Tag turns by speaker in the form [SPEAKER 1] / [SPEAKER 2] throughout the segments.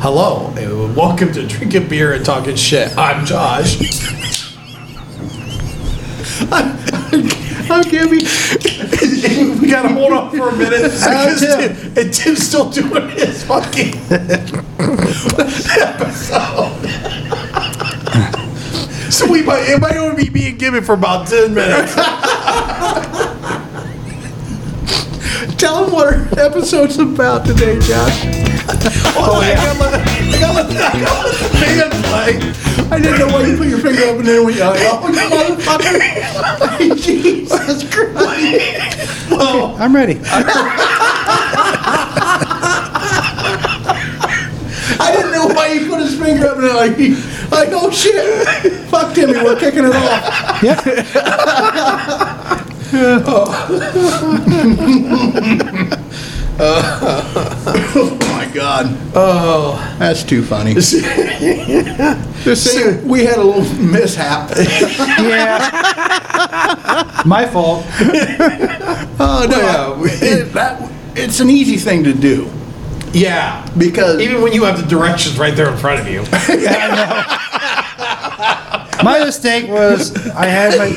[SPEAKER 1] Hello, and welcome to Drinking Beer and Talking Shit. I'm Josh. I'm, I'm Gabby. we gotta hold on for a minute. Because
[SPEAKER 2] Tim.
[SPEAKER 1] Tim, and Tim's still doing his fucking episode. so we might, it might only be being given for about 10 minutes.
[SPEAKER 2] Tell them what our episode's about today, Josh.
[SPEAKER 1] Oh, I gotta let- I gotta let I gotta let the man play. I didn't know why you put your finger up and then went, oh, you motherfucker. Jesus Christ. Well,
[SPEAKER 2] I'm ready.
[SPEAKER 1] I didn't know why he put his finger up and then like, he- like, oh shit. Fuck Timmy, we're kicking it off.
[SPEAKER 2] Yeah.
[SPEAKER 1] Oh my God.
[SPEAKER 2] That's too funny.
[SPEAKER 1] So we had a little mishap.
[SPEAKER 2] Yeah. My fault.
[SPEAKER 1] Oh,
[SPEAKER 2] no.
[SPEAKER 1] it- that,
[SPEAKER 2] It's an easy thing to do
[SPEAKER 1] yeah.
[SPEAKER 2] because
[SPEAKER 1] Even when you have the directions right there in front of you.
[SPEAKER 2] my mistake was I had my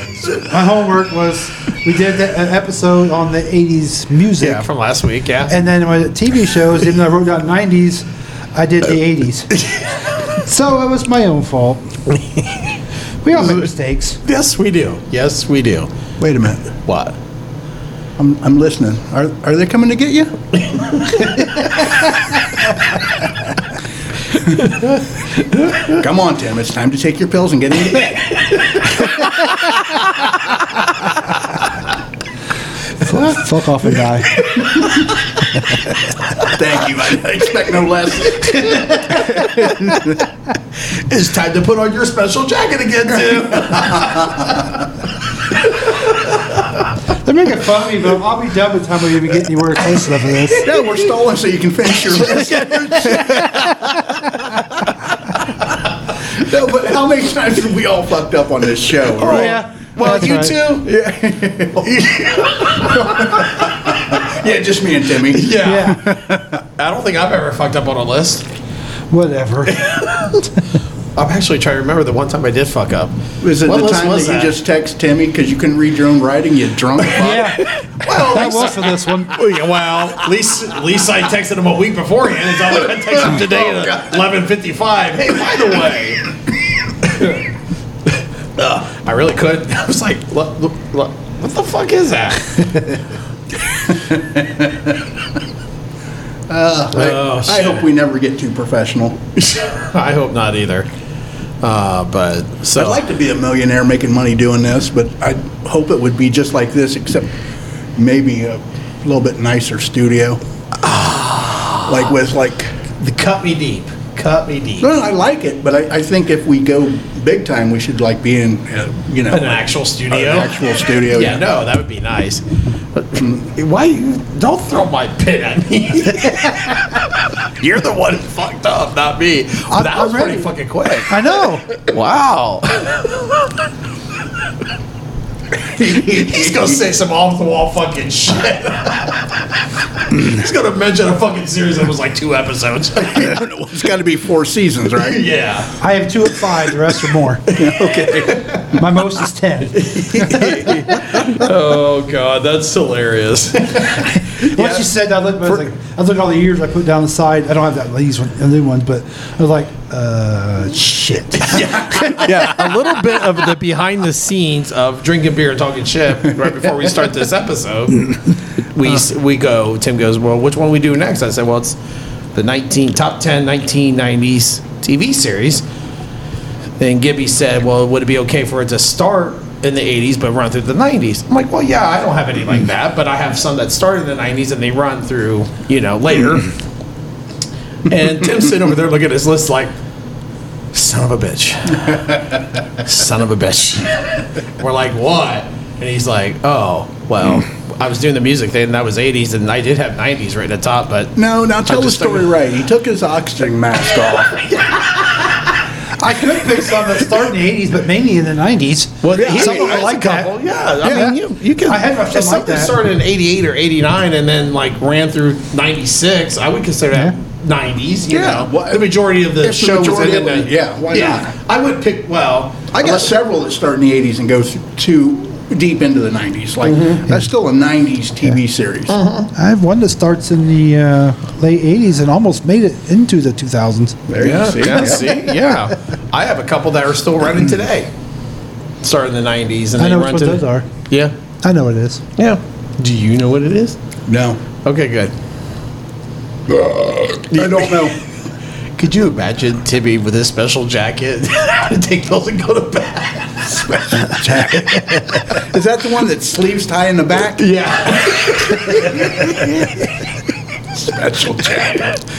[SPEAKER 2] my homework was we did that, an episode on the 80s music
[SPEAKER 1] Yeah, from last week, yeah.
[SPEAKER 2] and then my TV shows even though I wrote down 90s I did the 80s. so it was my own fault. We all make mistakes.
[SPEAKER 1] Yes, we do. Yes, we do.
[SPEAKER 3] Wait a minute.
[SPEAKER 1] What?
[SPEAKER 3] I'm, I'm listening. Are, are they coming to get you? Come on, Tim. It's time to take your pills and get into bed.
[SPEAKER 2] Fuck, fuck off and die.
[SPEAKER 3] Thank you. I didn't expect no less.
[SPEAKER 1] It's time to put on your special jacket again, too.
[SPEAKER 2] They're making fun of me, but I'll be done by the time we even get anywhere close enough to this.
[SPEAKER 3] No, we're stalling so you can finish your list. no, but how many times have we all fucked up on this show?
[SPEAKER 2] Oh,
[SPEAKER 3] Right?
[SPEAKER 2] yeah.
[SPEAKER 1] well,
[SPEAKER 2] That's
[SPEAKER 1] you
[SPEAKER 2] right.
[SPEAKER 1] too.
[SPEAKER 3] Yeah, just me and Timmy.
[SPEAKER 1] Yeah.
[SPEAKER 2] Yeah,
[SPEAKER 1] I don't think I've ever fucked up on a list.
[SPEAKER 2] whatever.
[SPEAKER 1] I'm actually trying to remember the one time I did fuck up.
[SPEAKER 3] Was it
[SPEAKER 1] What
[SPEAKER 3] the
[SPEAKER 1] list
[SPEAKER 3] time that,
[SPEAKER 1] was
[SPEAKER 3] you just text Timmy because you couldn't read your own writing? You drunk?
[SPEAKER 2] Yeah,
[SPEAKER 1] Well, at
[SPEAKER 2] that
[SPEAKER 1] least,
[SPEAKER 2] was for this one.
[SPEAKER 1] well, yeah, well, at least at least I texted him a week beforehand. It's not like I texted him today
[SPEAKER 3] Oh,
[SPEAKER 1] at
[SPEAKER 3] God.
[SPEAKER 1] 11:55. Hey, by the way. Uh, I really could. I was like, look, look, look, what the fuck is that?
[SPEAKER 3] I,
[SPEAKER 1] Oh,
[SPEAKER 3] I
[SPEAKER 1] shit.
[SPEAKER 3] hope we never get too professional.
[SPEAKER 1] I hope not either. Uh, but so
[SPEAKER 3] I'd like to be a millionaire making money doing this, but I hope it would be just like this, except maybe a little bit nicer studio.
[SPEAKER 1] Ah.
[SPEAKER 3] like with like,
[SPEAKER 1] the cut me deep. Cut me deep.
[SPEAKER 3] no, no, I like it, but I, I think if we go big time, we should like be in, uh, you know,
[SPEAKER 1] An actual studio.
[SPEAKER 3] an actual studio.
[SPEAKER 1] yeah, no, that would be nice. But why you don't throw my pit at me? You're the one who fucked up, not me. that
[SPEAKER 2] I'm
[SPEAKER 1] was pretty
[SPEAKER 2] ready.
[SPEAKER 1] fucking quick.
[SPEAKER 2] I know.
[SPEAKER 1] Wow. He's gonna say some off the wall fucking shit. He's gonna mention a fucking series that was like two episodes.
[SPEAKER 3] It's got to be four seasons, right?
[SPEAKER 1] yeah.
[SPEAKER 2] I have two at five. The rest are more. Okay. My most is ten.
[SPEAKER 1] Oh god, that's hilarious.
[SPEAKER 2] Once you said that, I looked, I was like, I looked at all the years I put down the side. I don't have that these one, the new ones, but I was like, uh, shit.
[SPEAKER 1] yeah, a little bit of the behind the scenes of drinking beer and talking shit right before we start this episode. We s we go. Tim goes, well, which one we do next? I said, well, it's the 19 top 10 1990s TV series. And Gibby said, well, would it be okay for it to start in the 80s but run through the 90s? I'm like, well, yeah, I don't have any like that, but I have some that start in the 90s and they run through, you know, later. and Tim's sitting over there looking at his list like, son of a bitch son of a bitch. We're like, what? And he's like, oh, well, I was doing the music thing, and that was 80s, and I did have 90s right at the top, but
[SPEAKER 3] No, now tell the
[SPEAKER 1] just
[SPEAKER 3] story right. He took his oxygen mask off.
[SPEAKER 2] I could pick some that start in the '80s, but mainly in the '90s.
[SPEAKER 1] well,
[SPEAKER 3] Yeah,
[SPEAKER 1] he-
[SPEAKER 3] some of them
[SPEAKER 1] I-
[SPEAKER 2] like that.
[SPEAKER 1] couple, Yeah, I
[SPEAKER 2] Yeah.
[SPEAKER 1] mean, you, you can.
[SPEAKER 2] I had something
[SPEAKER 1] if something
[SPEAKER 2] like that.
[SPEAKER 1] started in 88 or 89 and then like ran through 96, I would consider that '90s. You
[SPEAKER 3] Yeah,
[SPEAKER 1] know,
[SPEAKER 3] well,
[SPEAKER 1] the majority of the
[SPEAKER 3] if the
[SPEAKER 1] show was
[SPEAKER 3] majority
[SPEAKER 1] in the
[SPEAKER 3] of it- yeah, why not?
[SPEAKER 1] I would pick. Well,
[SPEAKER 3] I got several that start in the 80s and go th- to deep into the 90s. Like,
[SPEAKER 2] Mm-hmm.
[SPEAKER 3] that's still a 90s TV series.
[SPEAKER 2] I have one that starts in the uh, late 80s and almost made it into the 2000s.
[SPEAKER 3] There
[SPEAKER 1] Yeah,
[SPEAKER 3] you see.
[SPEAKER 1] yeah,
[SPEAKER 3] Yeah.
[SPEAKER 1] see, yeah. I have a couple that are still running today. Started in the '90s, and
[SPEAKER 2] I
[SPEAKER 1] they
[SPEAKER 2] know
[SPEAKER 1] run
[SPEAKER 2] which ones
[SPEAKER 1] to
[SPEAKER 2] those are.
[SPEAKER 1] Yeah,
[SPEAKER 2] I know what it is.
[SPEAKER 1] yeah. Do you know what it is?
[SPEAKER 3] No.
[SPEAKER 1] Okay, good.
[SPEAKER 3] I don't know.
[SPEAKER 1] Could you imagine Timmy with his special jacket to take those and go to bed?
[SPEAKER 3] Is that the one that sleeves tie in the back?
[SPEAKER 1] Yeah.
[SPEAKER 3] Special jacket.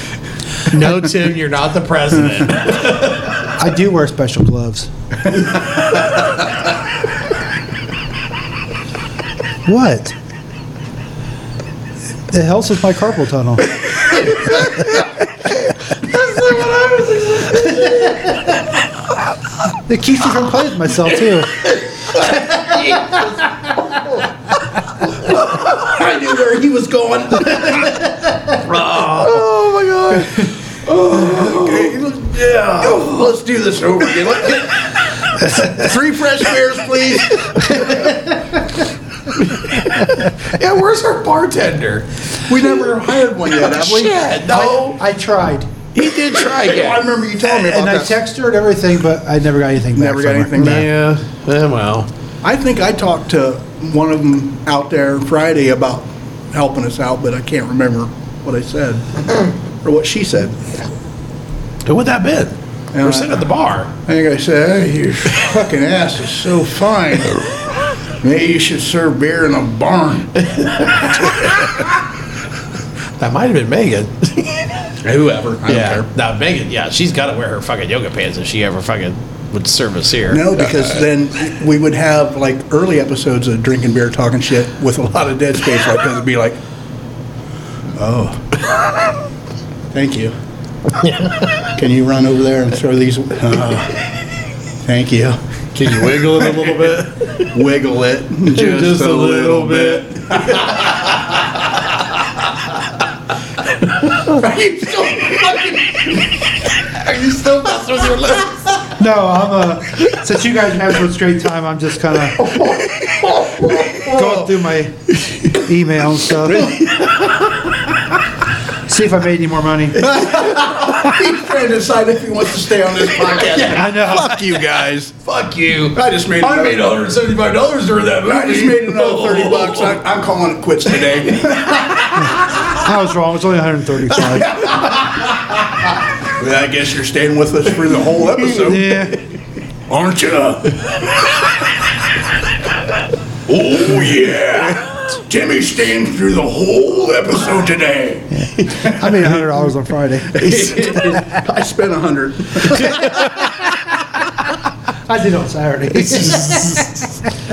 [SPEAKER 1] No, Tim, you're not the president.
[SPEAKER 2] I do wear special gloves. what? It helps with my carpal tunnel. It keeps me from playing with myself too.
[SPEAKER 3] I knew where he was going. oh my god. Oh, yeah. let's do this over again. Let- Three fresh beers, please.
[SPEAKER 1] yeah, where's our bartender? Oh,
[SPEAKER 3] We never hired one yet, have we?
[SPEAKER 1] Shit, no.
[SPEAKER 2] I tried,
[SPEAKER 1] He did try
[SPEAKER 3] I
[SPEAKER 1] again.
[SPEAKER 3] remember you telling me about
[SPEAKER 2] and I
[SPEAKER 3] that.
[SPEAKER 2] texted her and everything, but I never got anything. Back
[SPEAKER 3] Never got
[SPEAKER 2] from her.
[SPEAKER 3] anything back.
[SPEAKER 1] Yeah, eh, well.
[SPEAKER 3] I think I talked to one of them out there Friday about helping us out, but I can't remember what I said or what she said.
[SPEAKER 1] Who would that been?
[SPEAKER 3] Yeah.
[SPEAKER 1] We're sitting at the bar.
[SPEAKER 3] I think I said, hey, your fucking ass is so fine. Maybe you should serve beer in a barn.
[SPEAKER 1] That might have been Megan. Whoever.
[SPEAKER 3] I don't
[SPEAKER 1] yeah.
[SPEAKER 3] care.
[SPEAKER 1] Now, Megan, yeah, she's got to wear her fucking yoga pants if she ever fucking would serve us here.
[SPEAKER 3] No, because
[SPEAKER 1] Uh,
[SPEAKER 3] then we would have like early episodes of drinking beer, talking shit with a lot of dead space like that. It'd be like, oh, thank you. Can you run over there and throw these? Uh, thank you.
[SPEAKER 1] Can you wiggle it a little bit?
[SPEAKER 3] Wiggle it just,
[SPEAKER 1] Just
[SPEAKER 3] a,
[SPEAKER 1] a
[SPEAKER 3] little,
[SPEAKER 1] little
[SPEAKER 3] bit. Are you still fucking- Are you still messing with your lips?
[SPEAKER 2] No, I'm uh Since you guys have such great time, I'm just kind of going through my email and stuff. See if I made any more money.
[SPEAKER 3] He's trying to decide if he wants to stay on this podcast.
[SPEAKER 2] I know.
[SPEAKER 3] Fuck you guys.
[SPEAKER 1] Fuck you.
[SPEAKER 3] I just made. another-
[SPEAKER 1] $175 during that
[SPEAKER 3] I just made another thirty bucks. I, I'm calling it quits today.
[SPEAKER 2] I was wrong. It's only 135.
[SPEAKER 3] I guess you're staying with us for the whole episode,
[SPEAKER 2] Yeah.
[SPEAKER 3] aren't you? oh yeah, Timmy's staying through the whole episode today.
[SPEAKER 2] I made $100 on Friday.
[SPEAKER 3] I spent a hundred.
[SPEAKER 2] I did on Saturday.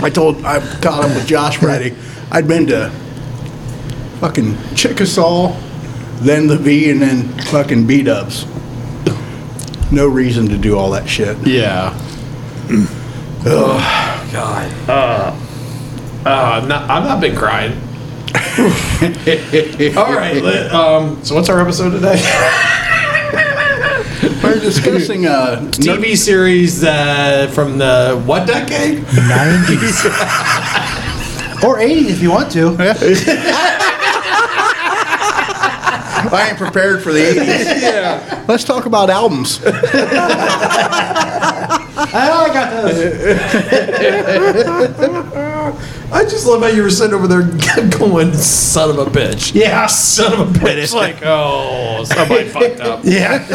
[SPEAKER 3] I told I caught up with Josh Friday. I'd been to fucking Chickasaw, then the V, and then fucking B Dubs. No reason to do all that shit.
[SPEAKER 1] Yeah. oh, God. Uh, uh, I'm, not, I'm not been crying. All right. let- um, so, what's our episode today?
[SPEAKER 3] We're discussing uh,
[SPEAKER 1] TV series uh, from the what decade?
[SPEAKER 2] 90s. Or 80s if you want to.
[SPEAKER 3] I ain't prepared for the 80s. yeah. Let's talk about albums.
[SPEAKER 2] Oh, I got those.
[SPEAKER 1] I just love how you were sitting over there going, son of a bitch. Yeah, son of a bitch. It's like, oh, somebody fucked up.
[SPEAKER 2] Yeah.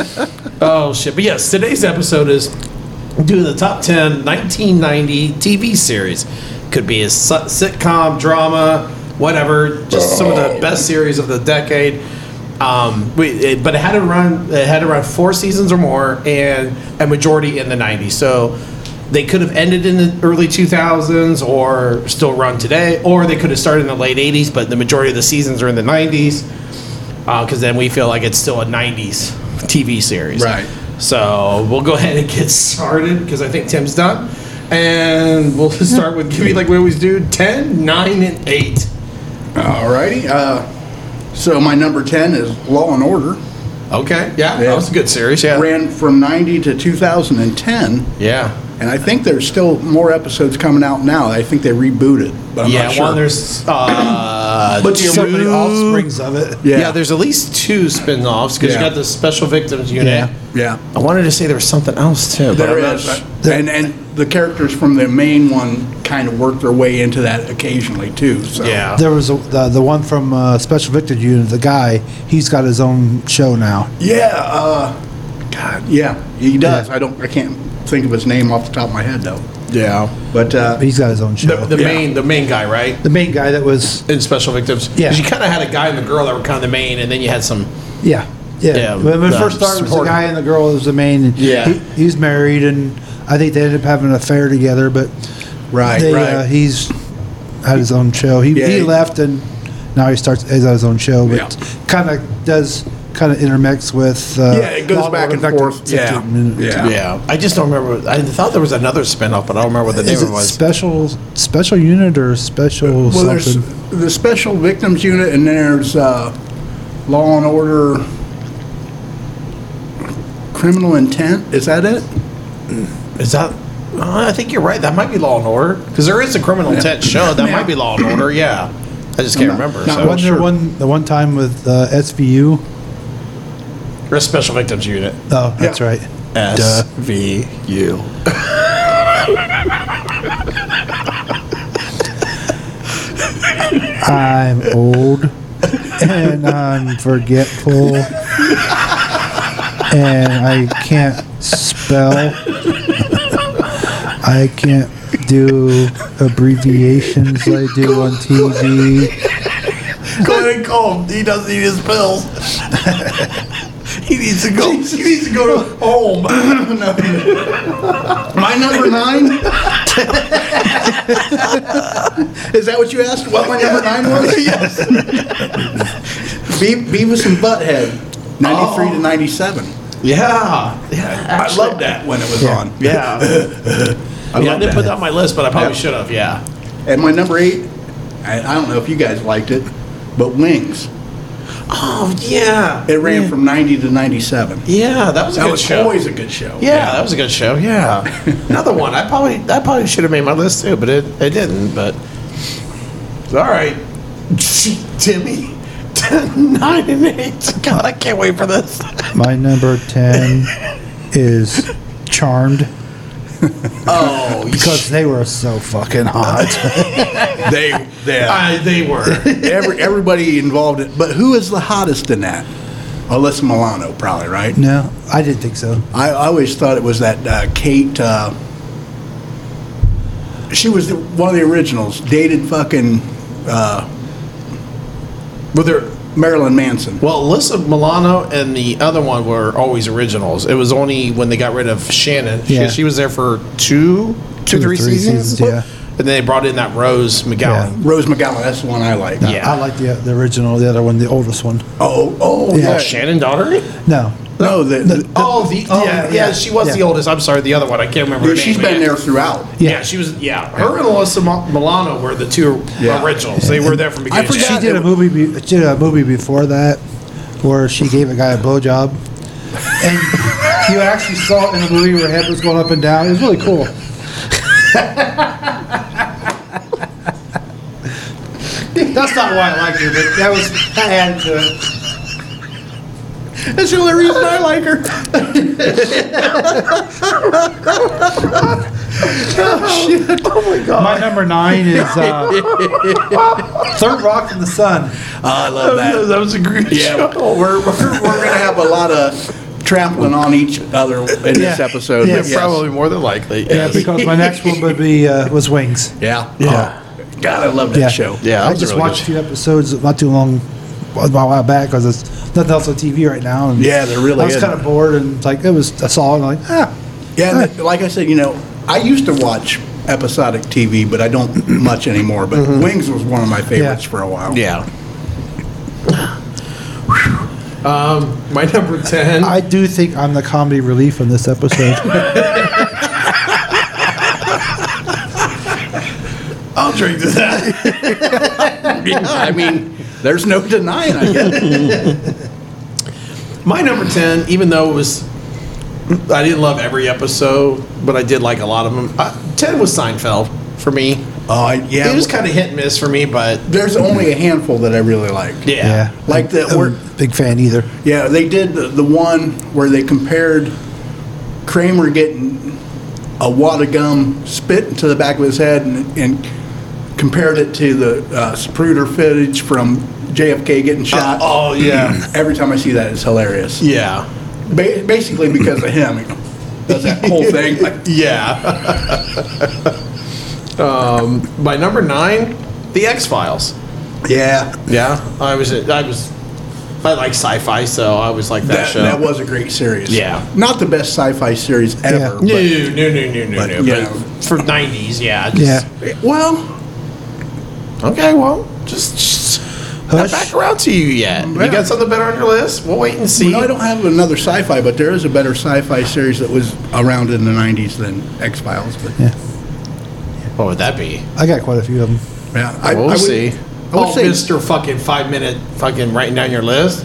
[SPEAKER 1] Oh, shit. But yes, today's episode is doing the top 10 1990 TV series. Could be a si- sitcom, drama, whatever. Just some of the best series of the decade. Um, we, it, but it had to run. It had to run four seasons or more, and a majority in the '90s. So they could have ended in the early 2000s, or still run today, or they could have started in the late '80s. But the majority of the seasons are in the '90s because Uh, then we feel like it's still a 90s TV series.
[SPEAKER 3] Right.
[SPEAKER 1] So we'll go ahead and get started because I think Tim's done. And we'll start with giving, like we always do, 10, 9, and 8.
[SPEAKER 3] Alrighty. Uh, so my number 10 is Law and Order.
[SPEAKER 1] Okay. Yeah,
[SPEAKER 3] Yeah.
[SPEAKER 1] that was a good series. Yeah.
[SPEAKER 3] Ran from 90 to 2010.
[SPEAKER 1] yeah.
[SPEAKER 3] And I think there's still more episodes coming out now. I think they rebooted, but I'm
[SPEAKER 1] yeah.
[SPEAKER 3] not
[SPEAKER 1] Well,
[SPEAKER 3] sure.
[SPEAKER 1] there's uh,
[SPEAKER 3] But
[SPEAKER 1] two-
[SPEAKER 2] So many offsprings of it.
[SPEAKER 1] Yeah.
[SPEAKER 3] Yeah.
[SPEAKER 1] there's at least two spin-offs because
[SPEAKER 3] Yeah.
[SPEAKER 1] you got the special victims unit.
[SPEAKER 2] Yeah.
[SPEAKER 3] yeah.
[SPEAKER 1] I wanted to say there was something else too. but
[SPEAKER 3] There
[SPEAKER 1] I'm not
[SPEAKER 3] is.
[SPEAKER 1] sure.
[SPEAKER 3] And, and the characters from the main one kind of work their way into that occasionally, too. So.
[SPEAKER 1] Yeah.
[SPEAKER 2] There was a, the, the one from uh, Special Victor Unit, the guy, he's got his own show now.
[SPEAKER 3] Yeah. Uh, God, yeah, he does.
[SPEAKER 2] Yeah.
[SPEAKER 3] I don't. I can't think of his name off the top of my head, though.
[SPEAKER 1] Yeah.
[SPEAKER 3] But uh,
[SPEAKER 2] He's got his own show.
[SPEAKER 1] The,
[SPEAKER 2] The,
[SPEAKER 1] the
[SPEAKER 3] Yeah.
[SPEAKER 1] main the main guy, right?
[SPEAKER 2] main guy that was,
[SPEAKER 1] In special victims.
[SPEAKER 2] Yeah.
[SPEAKER 1] 'Cause You kind of had a guy and the girl that were kind of the main, and then you had some.
[SPEAKER 2] yeah. Yeah.
[SPEAKER 1] Yeah,
[SPEAKER 2] when we
[SPEAKER 1] the
[SPEAKER 2] first started, it was the
[SPEAKER 1] supporter.
[SPEAKER 2] guy and the girl that was the main. and
[SPEAKER 1] Yeah.
[SPEAKER 2] He, he's married, and I think they ended up having an affair together, but
[SPEAKER 3] Right,
[SPEAKER 2] they,
[SPEAKER 3] right.
[SPEAKER 2] Uh, he's had his own show. He,
[SPEAKER 3] Yeah,
[SPEAKER 2] he
[SPEAKER 3] he-
[SPEAKER 2] left, and now he starts, he's got his own show, but
[SPEAKER 3] Yeah.
[SPEAKER 2] kind of does kind of intermix with. Uh,
[SPEAKER 3] Yeah, it goes
[SPEAKER 2] Law and
[SPEAKER 3] back
[SPEAKER 2] Order
[SPEAKER 3] and
[SPEAKER 2] Vector
[SPEAKER 3] forth. Yeah.
[SPEAKER 2] 16 minutes.
[SPEAKER 3] Yeah.
[SPEAKER 1] I just don't remember. I thought there was another spin-off, but I don't remember what the name
[SPEAKER 2] Is
[SPEAKER 1] of it
[SPEAKER 2] it
[SPEAKER 1] was.
[SPEAKER 2] special special unit or special
[SPEAKER 3] well, there's
[SPEAKER 2] something?
[SPEAKER 3] the Special Victims Unit, and then there's uh, Law and Order. Criminal intent? Is that it?
[SPEAKER 1] Is that? Uh, I think you're right. That might be Law and Order because there is a criminal intent show. That might be Law and Order. Yeah, I just can't
[SPEAKER 3] not-
[SPEAKER 1] remember.
[SPEAKER 3] not
[SPEAKER 1] so.
[SPEAKER 2] Wasn't there one the one time with uh, SVU?
[SPEAKER 1] We're a special victims unit.
[SPEAKER 2] Oh, that's
[SPEAKER 3] Yeah.
[SPEAKER 2] right.
[SPEAKER 1] S V U.
[SPEAKER 2] I'm old and I'm forgetful and I can't spell. I can't do abbreviations like I do on TV.
[SPEAKER 1] Go ahead and call him. He doesn't need his pills. he needs to go.
[SPEAKER 3] He needs to go to home. No. My number nine? Is that what you asked? What my number nine was? Yes. Be- Beavis and Butthead, 93
[SPEAKER 1] Oh.
[SPEAKER 3] to 97.
[SPEAKER 1] Yeah, yeah.
[SPEAKER 3] I loved that when it was on.
[SPEAKER 1] Yeah,
[SPEAKER 3] I
[SPEAKER 1] yeah I
[SPEAKER 3] loved
[SPEAKER 1] didn't
[SPEAKER 3] that.
[SPEAKER 1] put that on my list, but I probably
[SPEAKER 3] Yeah.
[SPEAKER 1] should have. Yeah.
[SPEAKER 3] And my number eight, I I don't know if you guys liked it, but Wings.
[SPEAKER 1] Oh yeah.
[SPEAKER 3] It ran from 90 to 97.
[SPEAKER 1] Yeah, that was a
[SPEAKER 3] That
[SPEAKER 1] good
[SPEAKER 3] was
[SPEAKER 1] show.
[SPEAKER 3] always a good show.
[SPEAKER 1] yeah, that was a good show. Yeah, another one. I probably I probably should have made my list too, but it, it didn't. But it's all right, Timmy, nine and eight. God, I can't wait for this.
[SPEAKER 2] My number 10 is Charmed
[SPEAKER 1] Oh,
[SPEAKER 2] because they were so fucking hot.
[SPEAKER 3] They, they, uh,
[SPEAKER 1] I, they were.
[SPEAKER 3] Every, everybody involved in but who is the hottest in that? Alyssa Milano, probably, right?
[SPEAKER 2] No, I didn't think so.
[SPEAKER 3] I, I always thought it was that uh, Kate. Uh, she was the, one of the originals. Dated fucking uh,
[SPEAKER 1] Were there?
[SPEAKER 3] Marilyn Manson.
[SPEAKER 1] Well, Alyssa Milano and the other one were always originals. It was only when they got rid of Shannon. She,
[SPEAKER 2] Yeah.
[SPEAKER 1] she was there for two, two,
[SPEAKER 2] Two or
[SPEAKER 1] three
[SPEAKER 2] three
[SPEAKER 1] seasons.
[SPEAKER 2] seasons, yeah.
[SPEAKER 1] And then they brought in that Rose McGowan.
[SPEAKER 3] Rose McGowan. That's the one I like.
[SPEAKER 1] Yeah.
[SPEAKER 2] I like the, the original, the other one, the oldest one.
[SPEAKER 3] Oh, oh,
[SPEAKER 2] Yeah.
[SPEAKER 3] yeah.
[SPEAKER 1] Oh, Shannon daughter?
[SPEAKER 2] No,
[SPEAKER 3] No, the, the,
[SPEAKER 1] oh, the oh, yeah,
[SPEAKER 2] yeah,
[SPEAKER 1] yeah,
[SPEAKER 2] yeah,
[SPEAKER 1] she was
[SPEAKER 2] yeah.
[SPEAKER 1] the oldest. I'm sorry, the other one. I can't remember. her
[SPEAKER 3] dude, she's
[SPEAKER 1] name, but
[SPEAKER 3] been
[SPEAKER 1] yeah.
[SPEAKER 3] there throughout.
[SPEAKER 1] Yeah. she was. Yeah, her and Alyssa Mil- Milano were the two
[SPEAKER 3] Yeah.
[SPEAKER 1] originals. They were there from
[SPEAKER 3] I
[SPEAKER 1] beginning.
[SPEAKER 3] forgot
[SPEAKER 1] to
[SPEAKER 2] she
[SPEAKER 1] end.
[SPEAKER 2] did a
[SPEAKER 3] it-
[SPEAKER 2] movie. Be, she did a movie before that, where she gave a guy a blowjob, and you actually saw it in the movie where her head was going up and down. It was really cool. That's not why I liked her, but that was that added to it.
[SPEAKER 3] That's the only reason I like her.
[SPEAKER 2] Oh,
[SPEAKER 3] Oh,
[SPEAKER 2] My number nine is uh, Third Rock from the Sun.
[SPEAKER 3] Oh, I love
[SPEAKER 1] That,
[SPEAKER 3] that.
[SPEAKER 1] that was a great
[SPEAKER 3] Yeah,
[SPEAKER 1] show.
[SPEAKER 3] Oh, we're, we're, we're going to have a lot of trampling on each other in this
[SPEAKER 2] Yeah.
[SPEAKER 3] episode.
[SPEAKER 2] Yeah, Yes.
[SPEAKER 1] Probably more than likely.
[SPEAKER 2] Yeah,
[SPEAKER 1] yes.
[SPEAKER 2] because my next one would be uh, was Wings.
[SPEAKER 3] Yeah. Oh,
[SPEAKER 2] Yeah.
[SPEAKER 3] God, I love that
[SPEAKER 2] Yeah.
[SPEAKER 3] show.
[SPEAKER 1] Yeah,
[SPEAKER 2] I
[SPEAKER 1] that was a
[SPEAKER 2] just
[SPEAKER 1] really
[SPEAKER 2] watched a few episodes not too long, a while back, because it's nothing else on TV right now. And
[SPEAKER 3] Yeah, there really
[SPEAKER 2] I was
[SPEAKER 3] isn't.
[SPEAKER 2] kind of bored and like it was. I saw it and I'm like ah,
[SPEAKER 3] Yeah, and like I said, you know, I used to watch episodic TV, but I don't much anymore. But Wings was one of my favorites
[SPEAKER 2] Yeah.
[SPEAKER 3] for a while.
[SPEAKER 1] Mm-hmm. Yeah. um, my number ten.
[SPEAKER 2] I do think I'm the comedy relief on this episode.
[SPEAKER 1] I'll drink to that.
[SPEAKER 3] I mean, there's no denying. I guess.
[SPEAKER 1] My number 10, even though it was, I didn't love every episode, but I did like a lot of them. Uh, 10 was Seinfeld for me.
[SPEAKER 3] Oh, I- yeah.
[SPEAKER 1] It was kind of hit and miss for me, but
[SPEAKER 3] There's only a handful that I really like.
[SPEAKER 1] yeah.
[SPEAKER 3] Like that.
[SPEAKER 4] I'm
[SPEAKER 3] We're,
[SPEAKER 4] a big fan either.
[SPEAKER 3] yeah, they did the, the one where they compared Kramer getting a wad of gum spit into the back of his head and, and compared it to the uh, Zapruder footage from JFK getting shot.
[SPEAKER 1] oh, yeah.
[SPEAKER 3] Every time I see that, it's hilarious.
[SPEAKER 1] Yeah.
[SPEAKER 3] Ba- basically because of him. He Does that whole thing. like,
[SPEAKER 1] Yeah. um, my number nine, The X Files.
[SPEAKER 3] yeah.
[SPEAKER 1] Yeah, I was. I was. I like sci-fi, so I was like that,
[SPEAKER 3] That,
[SPEAKER 1] show.
[SPEAKER 3] that was a great series.
[SPEAKER 1] Yeah.
[SPEAKER 3] Not the best sci-fi series ever.
[SPEAKER 1] no,
[SPEAKER 3] but-
[SPEAKER 1] no, no, no, no,
[SPEAKER 3] but,
[SPEAKER 1] no.
[SPEAKER 3] yeah.
[SPEAKER 1] But for nineties, yeah. I
[SPEAKER 4] Yeah.
[SPEAKER 1] Just,
[SPEAKER 3] Well,
[SPEAKER 1] Okay, well, just, just not
[SPEAKER 4] Hush.
[SPEAKER 1] back around to you yet. You
[SPEAKER 3] Yeah.
[SPEAKER 1] got something better on your list? We'll wait and see.
[SPEAKER 3] no, I don't have another sci-fi, but there is a better sci-fi series that was around in the '90s than X Files. But yeah,
[SPEAKER 4] Yeah.
[SPEAKER 1] What would that be?
[SPEAKER 4] I got quite a few of them.
[SPEAKER 3] I,
[SPEAKER 1] We'll
[SPEAKER 3] I would,
[SPEAKER 1] see.
[SPEAKER 3] I would
[SPEAKER 1] oh,
[SPEAKER 3] say
[SPEAKER 1] Mister fucking five minute fucking writing down your list.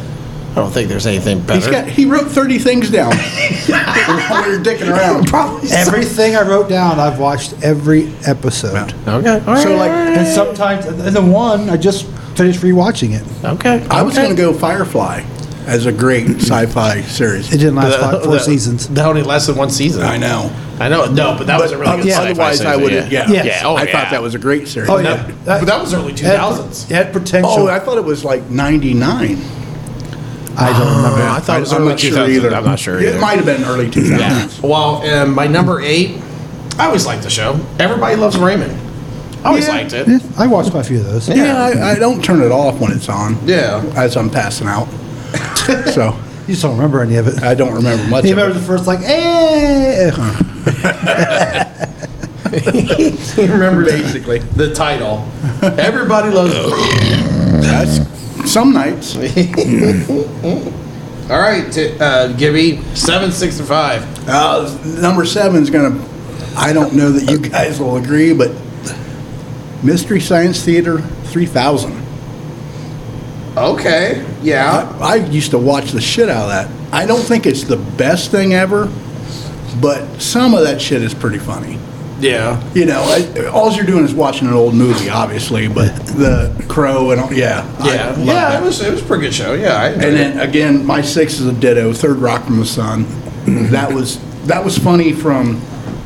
[SPEAKER 1] I don't think there's anything better.
[SPEAKER 3] he's got he wrote 30 things down. While we were dicking around.
[SPEAKER 1] Probably
[SPEAKER 4] Everything I wrote down, I've watched every episode.
[SPEAKER 1] Okay. All right.
[SPEAKER 3] So, like,
[SPEAKER 4] And sometimes, and the one, I just finished rewatching it.
[SPEAKER 1] okay.
[SPEAKER 3] I was
[SPEAKER 1] okay.
[SPEAKER 3] going to go Firefly as a great sci-fi series.
[SPEAKER 4] It didn't last
[SPEAKER 1] The-
[SPEAKER 4] five, four
[SPEAKER 1] the-
[SPEAKER 4] seasons.
[SPEAKER 1] That only lasted one season.
[SPEAKER 3] I know.
[SPEAKER 1] I know. No, but that was a really good
[SPEAKER 3] yeah,
[SPEAKER 1] sci-fi
[SPEAKER 3] otherwise I
[SPEAKER 1] series,
[SPEAKER 3] would. Yeah,
[SPEAKER 1] Yeah.
[SPEAKER 4] Yes.
[SPEAKER 1] yeah. Oh,
[SPEAKER 3] I
[SPEAKER 1] yeah.
[SPEAKER 3] thought that was a great series.
[SPEAKER 4] Oh,
[SPEAKER 1] No,
[SPEAKER 4] yeah.
[SPEAKER 1] but that was early two
[SPEAKER 4] It had-
[SPEAKER 1] thousands.
[SPEAKER 4] It had potential.
[SPEAKER 3] Oh, I
[SPEAKER 4] I,
[SPEAKER 3] thought it was like
[SPEAKER 4] don't
[SPEAKER 3] '99.
[SPEAKER 4] remember.
[SPEAKER 1] I thought it was
[SPEAKER 3] I'm
[SPEAKER 1] early
[SPEAKER 3] not
[SPEAKER 1] two
[SPEAKER 3] sure
[SPEAKER 1] thousands.
[SPEAKER 3] either.
[SPEAKER 1] I'm not sure
[SPEAKER 3] It
[SPEAKER 1] either.
[SPEAKER 3] might have been early 2000s.
[SPEAKER 1] Yeah. Well, um, my number eight. I always liked the show. Everybody loves Raymond. I always
[SPEAKER 3] Yeah.
[SPEAKER 1] liked
[SPEAKER 4] Yeah,
[SPEAKER 1] it.
[SPEAKER 4] I watched quite a few of those.
[SPEAKER 3] Yeah, I, I don't turn it off when it's on.
[SPEAKER 1] Yeah.
[SPEAKER 3] As I'm passing out. so
[SPEAKER 4] You just don't remember any of it.
[SPEAKER 3] I don't remember much
[SPEAKER 4] You
[SPEAKER 3] of
[SPEAKER 4] remember
[SPEAKER 3] it.
[SPEAKER 4] the first, like, eh.
[SPEAKER 1] You remember basically the title. Everybody loves.
[SPEAKER 3] That's some nights.
[SPEAKER 1] All right, t- uh, Gibby, seven, six, and five.
[SPEAKER 3] Uh, number seven's going to, I don't know that you guys will agree, but Mystery Science Theater 3000.
[SPEAKER 1] Okay. Yeah.
[SPEAKER 3] I, I used to watch the shit out of that. I don't think it's the best thing ever, but some of that shit is pretty funny.
[SPEAKER 1] Yeah.
[SPEAKER 3] You know, I, all you're doing is watching an old movie, obviously, but the crow and all, yeah. I
[SPEAKER 1] Yeah.
[SPEAKER 3] love
[SPEAKER 1] Yeah.
[SPEAKER 3] that.
[SPEAKER 1] It was. It was a pretty good show. Yeah. I enjoyed
[SPEAKER 3] And
[SPEAKER 1] it.
[SPEAKER 3] then again, my six is a ditto, third rock from the sun.
[SPEAKER 4] Mm-hmm.
[SPEAKER 3] That was that was funny from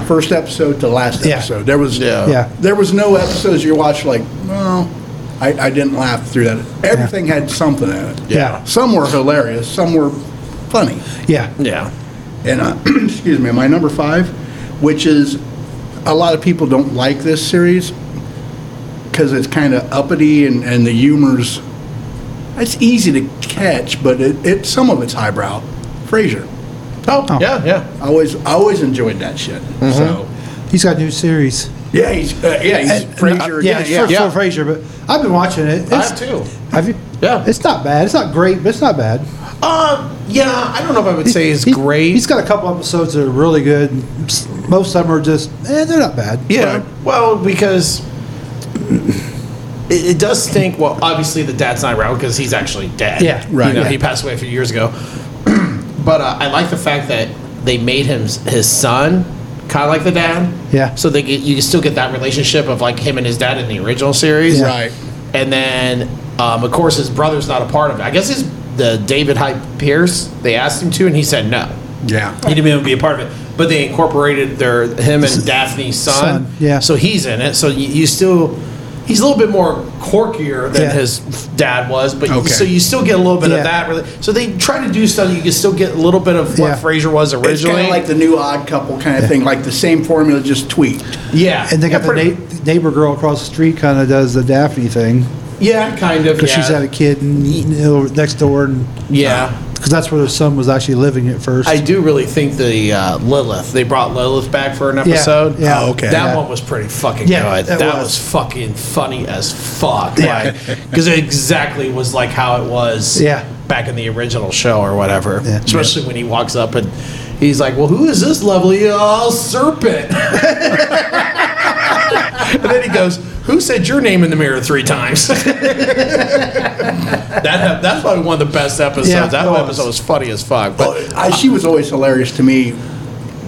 [SPEAKER 3] first episode to last
[SPEAKER 4] Yeah.
[SPEAKER 3] episode. There was
[SPEAKER 1] Yeah.
[SPEAKER 4] Yeah.
[SPEAKER 3] there was no episodes you watch like, well, I, I didn't laugh through that. Everything had something in it.
[SPEAKER 4] Yeah.
[SPEAKER 3] Some were hilarious, some were funny.
[SPEAKER 4] Yeah.
[SPEAKER 1] Yeah.
[SPEAKER 3] And uh, excuse me, my number five, which is a lot of people don't like this series because it's kind of uppity and, and the humor's it's easy to catch, but it, it some of it's highbrow. Frasier,
[SPEAKER 1] Oh, yeah, yeah.
[SPEAKER 3] I always I always enjoyed that shit. So
[SPEAKER 4] He's got a new series.
[SPEAKER 3] yeah, he's uh, yeah he's
[SPEAKER 4] And-
[SPEAKER 3] Frasier.
[SPEAKER 4] yeah,
[SPEAKER 3] Yeah,
[SPEAKER 4] it's
[SPEAKER 3] yeah,
[SPEAKER 4] for,
[SPEAKER 3] yeah.
[SPEAKER 1] yeah.
[SPEAKER 4] for Frasier, but I've been watching it.
[SPEAKER 1] I
[SPEAKER 4] It's-
[SPEAKER 1] have too.
[SPEAKER 4] Have you?
[SPEAKER 1] Yeah.
[SPEAKER 4] It's not bad. It's not great, but it's not bad.
[SPEAKER 1] Um, yeah, I don't know if I would say it's
[SPEAKER 4] He's-
[SPEAKER 1] great.
[SPEAKER 4] He's got a couple episodes that are really good. Most of them are just, eh, they're not bad.
[SPEAKER 1] yeah, well, because it, it does stink. Well, obviously the dad's not around because he's actually dead.
[SPEAKER 4] Yeah.
[SPEAKER 1] You
[SPEAKER 3] Right.
[SPEAKER 1] know,
[SPEAKER 3] Yeah.
[SPEAKER 1] He passed away a few years ago. but uh, I like the fact that they made him s- his son, kind of like the dad.
[SPEAKER 4] Yeah.
[SPEAKER 1] So they get, you can still get that relationship of like him and his dad in the original series.
[SPEAKER 4] Yeah.
[SPEAKER 3] Right.
[SPEAKER 1] And then, um, of course, his brother's not a part of it. I guess his the David Hyde Pierce. They asked him to, and he said no. He didn't even be a part of it, but they incorporated their him and Daphne's son.
[SPEAKER 4] Son, yeah.
[SPEAKER 1] So he's in it. So you, you still, he's a little bit more quirkier than
[SPEAKER 4] Yeah.
[SPEAKER 1] his dad was, but
[SPEAKER 3] Okay.
[SPEAKER 1] so you still get a little bit
[SPEAKER 4] Yeah.
[SPEAKER 1] of that. Really. So they try to do stuff. You can still get a little bit of what
[SPEAKER 4] Yeah.
[SPEAKER 1] Frasier was
[SPEAKER 3] It's kind
[SPEAKER 1] originally.
[SPEAKER 3] of like the new Odd Couple kind of thing, like the same formula just tweaked.
[SPEAKER 1] yeah,
[SPEAKER 4] And they got
[SPEAKER 1] yeah,
[SPEAKER 4] the
[SPEAKER 1] pretty-
[SPEAKER 4] na- neighbor girl across the street kind of does the Daphne thing
[SPEAKER 1] Yeah, kind of.
[SPEAKER 4] because
[SPEAKER 1] Yeah.
[SPEAKER 4] she's had a kid and eating it over next door, and
[SPEAKER 1] yeah.
[SPEAKER 4] because that's where their son was actually living at first.
[SPEAKER 1] I do really think the uh, Lilith. They brought Lilith back for an episode.
[SPEAKER 4] yeah.
[SPEAKER 3] Oh, okay.
[SPEAKER 1] That
[SPEAKER 4] Yeah.
[SPEAKER 1] one was pretty fucking
[SPEAKER 4] Yeah,
[SPEAKER 1] good.
[SPEAKER 4] that
[SPEAKER 1] That was.
[SPEAKER 4] was.
[SPEAKER 1] fucking funny as fuck.
[SPEAKER 4] Yeah.
[SPEAKER 1] Like 'cause because it exactly was like how it was
[SPEAKER 4] Yeah.
[SPEAKER 1] back in the original show or whatever.
[SPEAKER 4] Yeah.
[SPEAKER 1] Especially when he walks up and he's like, "Well, who is this lovely uh, serpent?" and then he goes, Who said your name in the mirror three times? that, that's probably one of the best episodes.
[SPEAKER 2] Yeah,
[SPEAKER 1] that
[SPEAKER 4] Oh.
[SPEAKER 2] it was.
[SPEAKER 1] episode was funny as fuck. But
[SPEAKER 3] Well, I, she was always hilarious to me,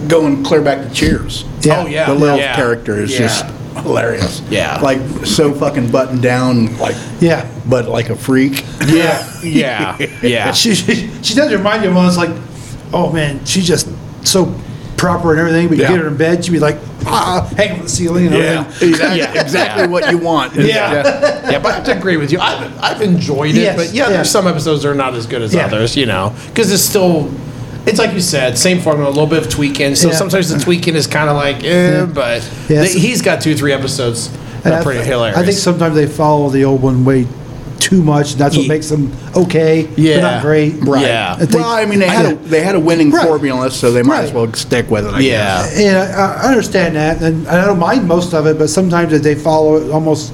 [SPEAKER 3] going clear back to Cheers.
[SPEAKER 1] oh yeah,
[SPEAKER 3] the Lil
[SPEAKER 1] yeah.
[SPEAKER 3] character is
[SPEAKER 1] Yeah.
[SPEAKER 3] just hilarious.
[SPEAKER 1] Yeah.
[SPEAKER 3] like so fucking buttoned down, like
[SPEAKER 2] Yeah.
[SPEAKER 3] but like a freak.
[SPEAKER 1] yeah, yeah, yeah.
[SPEAKER 2] She, she, she does remind you of one that's like, oh man, she's just so proper and everything. But you
[SPEAKER 3] Yeah.
[SPEAKER 2] get her in bed, she'd be like, ah, hanging from the ceiling and everything.
[SPEAKER 3] exactly,
[SPEAKER 1] Yeah.
[SPEAKER 3] exactly what you want.
[SPEAKER 1] yeah, but I have to agree with you. I've, I've enjoyed it,
[SPEAKER 2] Yes,
[SPEAKER 1] but yeah,
[SPEAKER 2] yeah.
[SPEAKER 1] there's some episodes that are not as good as
[SPEAKER 2] Yeah.
[SPEAKER 1] others, you know, because it's still, it's like you said, same formula, a little bit of tweaking. So
[SPEAKER 2] Yeah.
[SPEAKER 1] sometimes the tweaking is kind of like, eh, but
[SPEAKER 2] Yeah,
[SPEAKER 1] they-
[SPEAKER 2] so-
[SPEAKER 1] he's got two, three episodes that
[SPEAKER 2] And
[SPEAKER 1] are
[SPEAKER 2] I-
[SPEAKER 1] pretty hilarious.
[SPEAKER 2] I think sometimes they follow the old one way too much. and That's what
[SPEAKER 1] Ye-
[SPEAKER 2] makes them okay,
[SPEAKER 1] Yeah.
[SPEAKER 2] but not great.
[SPEAKER 1] Right. Yeah.
[SPEAKER 2] I think-
[SPEAKER 3] Well, I mean, they had a, they had a winning
[SPEAKER 2] Right.
[SPEAKER 3] formula, so they might as
[SPEAKER 2] Right.
[SPEAKER 3] well stick with it. I
[SPEAKER 1] Yeah.
[SPEAKER 3] guess.
[SPEAKER 2] And I, I understand that, and I don't mind most of it, but sometimes they follow it almost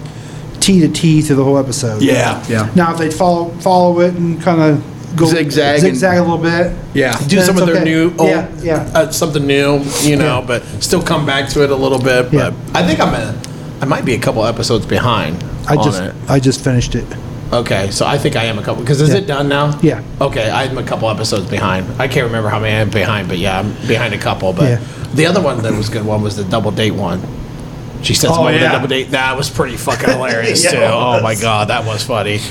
[SPEAKER 2] T to T through the whole episode.
[SPEAKER 3] Yeah, yeah.
[SPEAKER 2] Now, if they follow follow it and kind of go
[SPEAKER 3] Zigzag and-
[SPEAKER 2] zigzag a little bit.
[SPEAKER 3] yeah.
[SPEAKER 1] do
[SPEAKER 2] then
[SPEAKER 1] some
[SPEAKER 2] it's
[SPEAKER 1] of their
[SPEAKER 2] okay.
[SPEAKER 1] new, old,
[SPEAKER 2] Yeah, yeah.
[SPEAKER 1] Uh, something new, you know,
[SPEAKER 2] Yeah.
[SPEAKER 1] but still come back to it a little bit.
[SPEAKER 2] Yeah.
[SPEAKER 1] But I think I'm a, I might be a couple episodes behind.
[SPEAKER 2] I
[SPEAKER 1] on
[SPEAKER 2] just
[SPEAKER 1] it.
[SPEAKER 2] I just finished it.
[SPEAKER 1] Okay, so I think I am a couple. Because is
[SPEAKER 2] Yeah.
[SPEAKER 1] it done now?
[SPEAKER 2] Yeah.
[SPEAKER 1] Okay, I'm a couple episodes behind. I can't remember how many I'm behind, but yeah, I'm behind a couple. But
[SPEAKER 2] Yeah.
[SPEAKER 1] the other one that was a good one was the double date one. She said something about the
[SPEAKER 2] Oh, yeah.
[SPEAKER 1] double date. That was pretty fucking hilarious
[SPEAKER 3] Yeah, it
[SPEAKER 1] too. Oh my
[SPEAKER 3] was.
[SPEAKER 1] god, that was funny.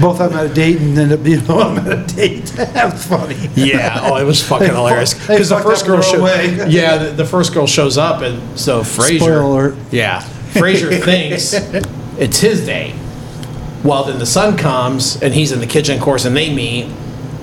[SPEAKER 2] Both of them at a date, and then you know I'm at a date. that was funny.
[SPEAKER 1] Yeah. Oh, it was fucking
[SPEAKER 2] They fu-
[SPEAKER 1] hilarious.
[SPEAKER 2] they
[SPEAKER 1] Because the
[SPEAKER 2] fucked
[SPEAKER 1] first
[SPEAKER 2] up in
[SPEAKER 1] girl
[SPEAKER 2] their
[SPEAKER 1] show,
[SPEAKER 2] own way.
[SPEAKER 1] Yeah, the, the first girl shows up, and so Frasier.
[SPEAKER 2] Spoiler alert.
[SPEAKER 1] Yeah, Frasier thinks it's his day. Well, then the sun comes, and he's in the kitchen, of course, and they meet,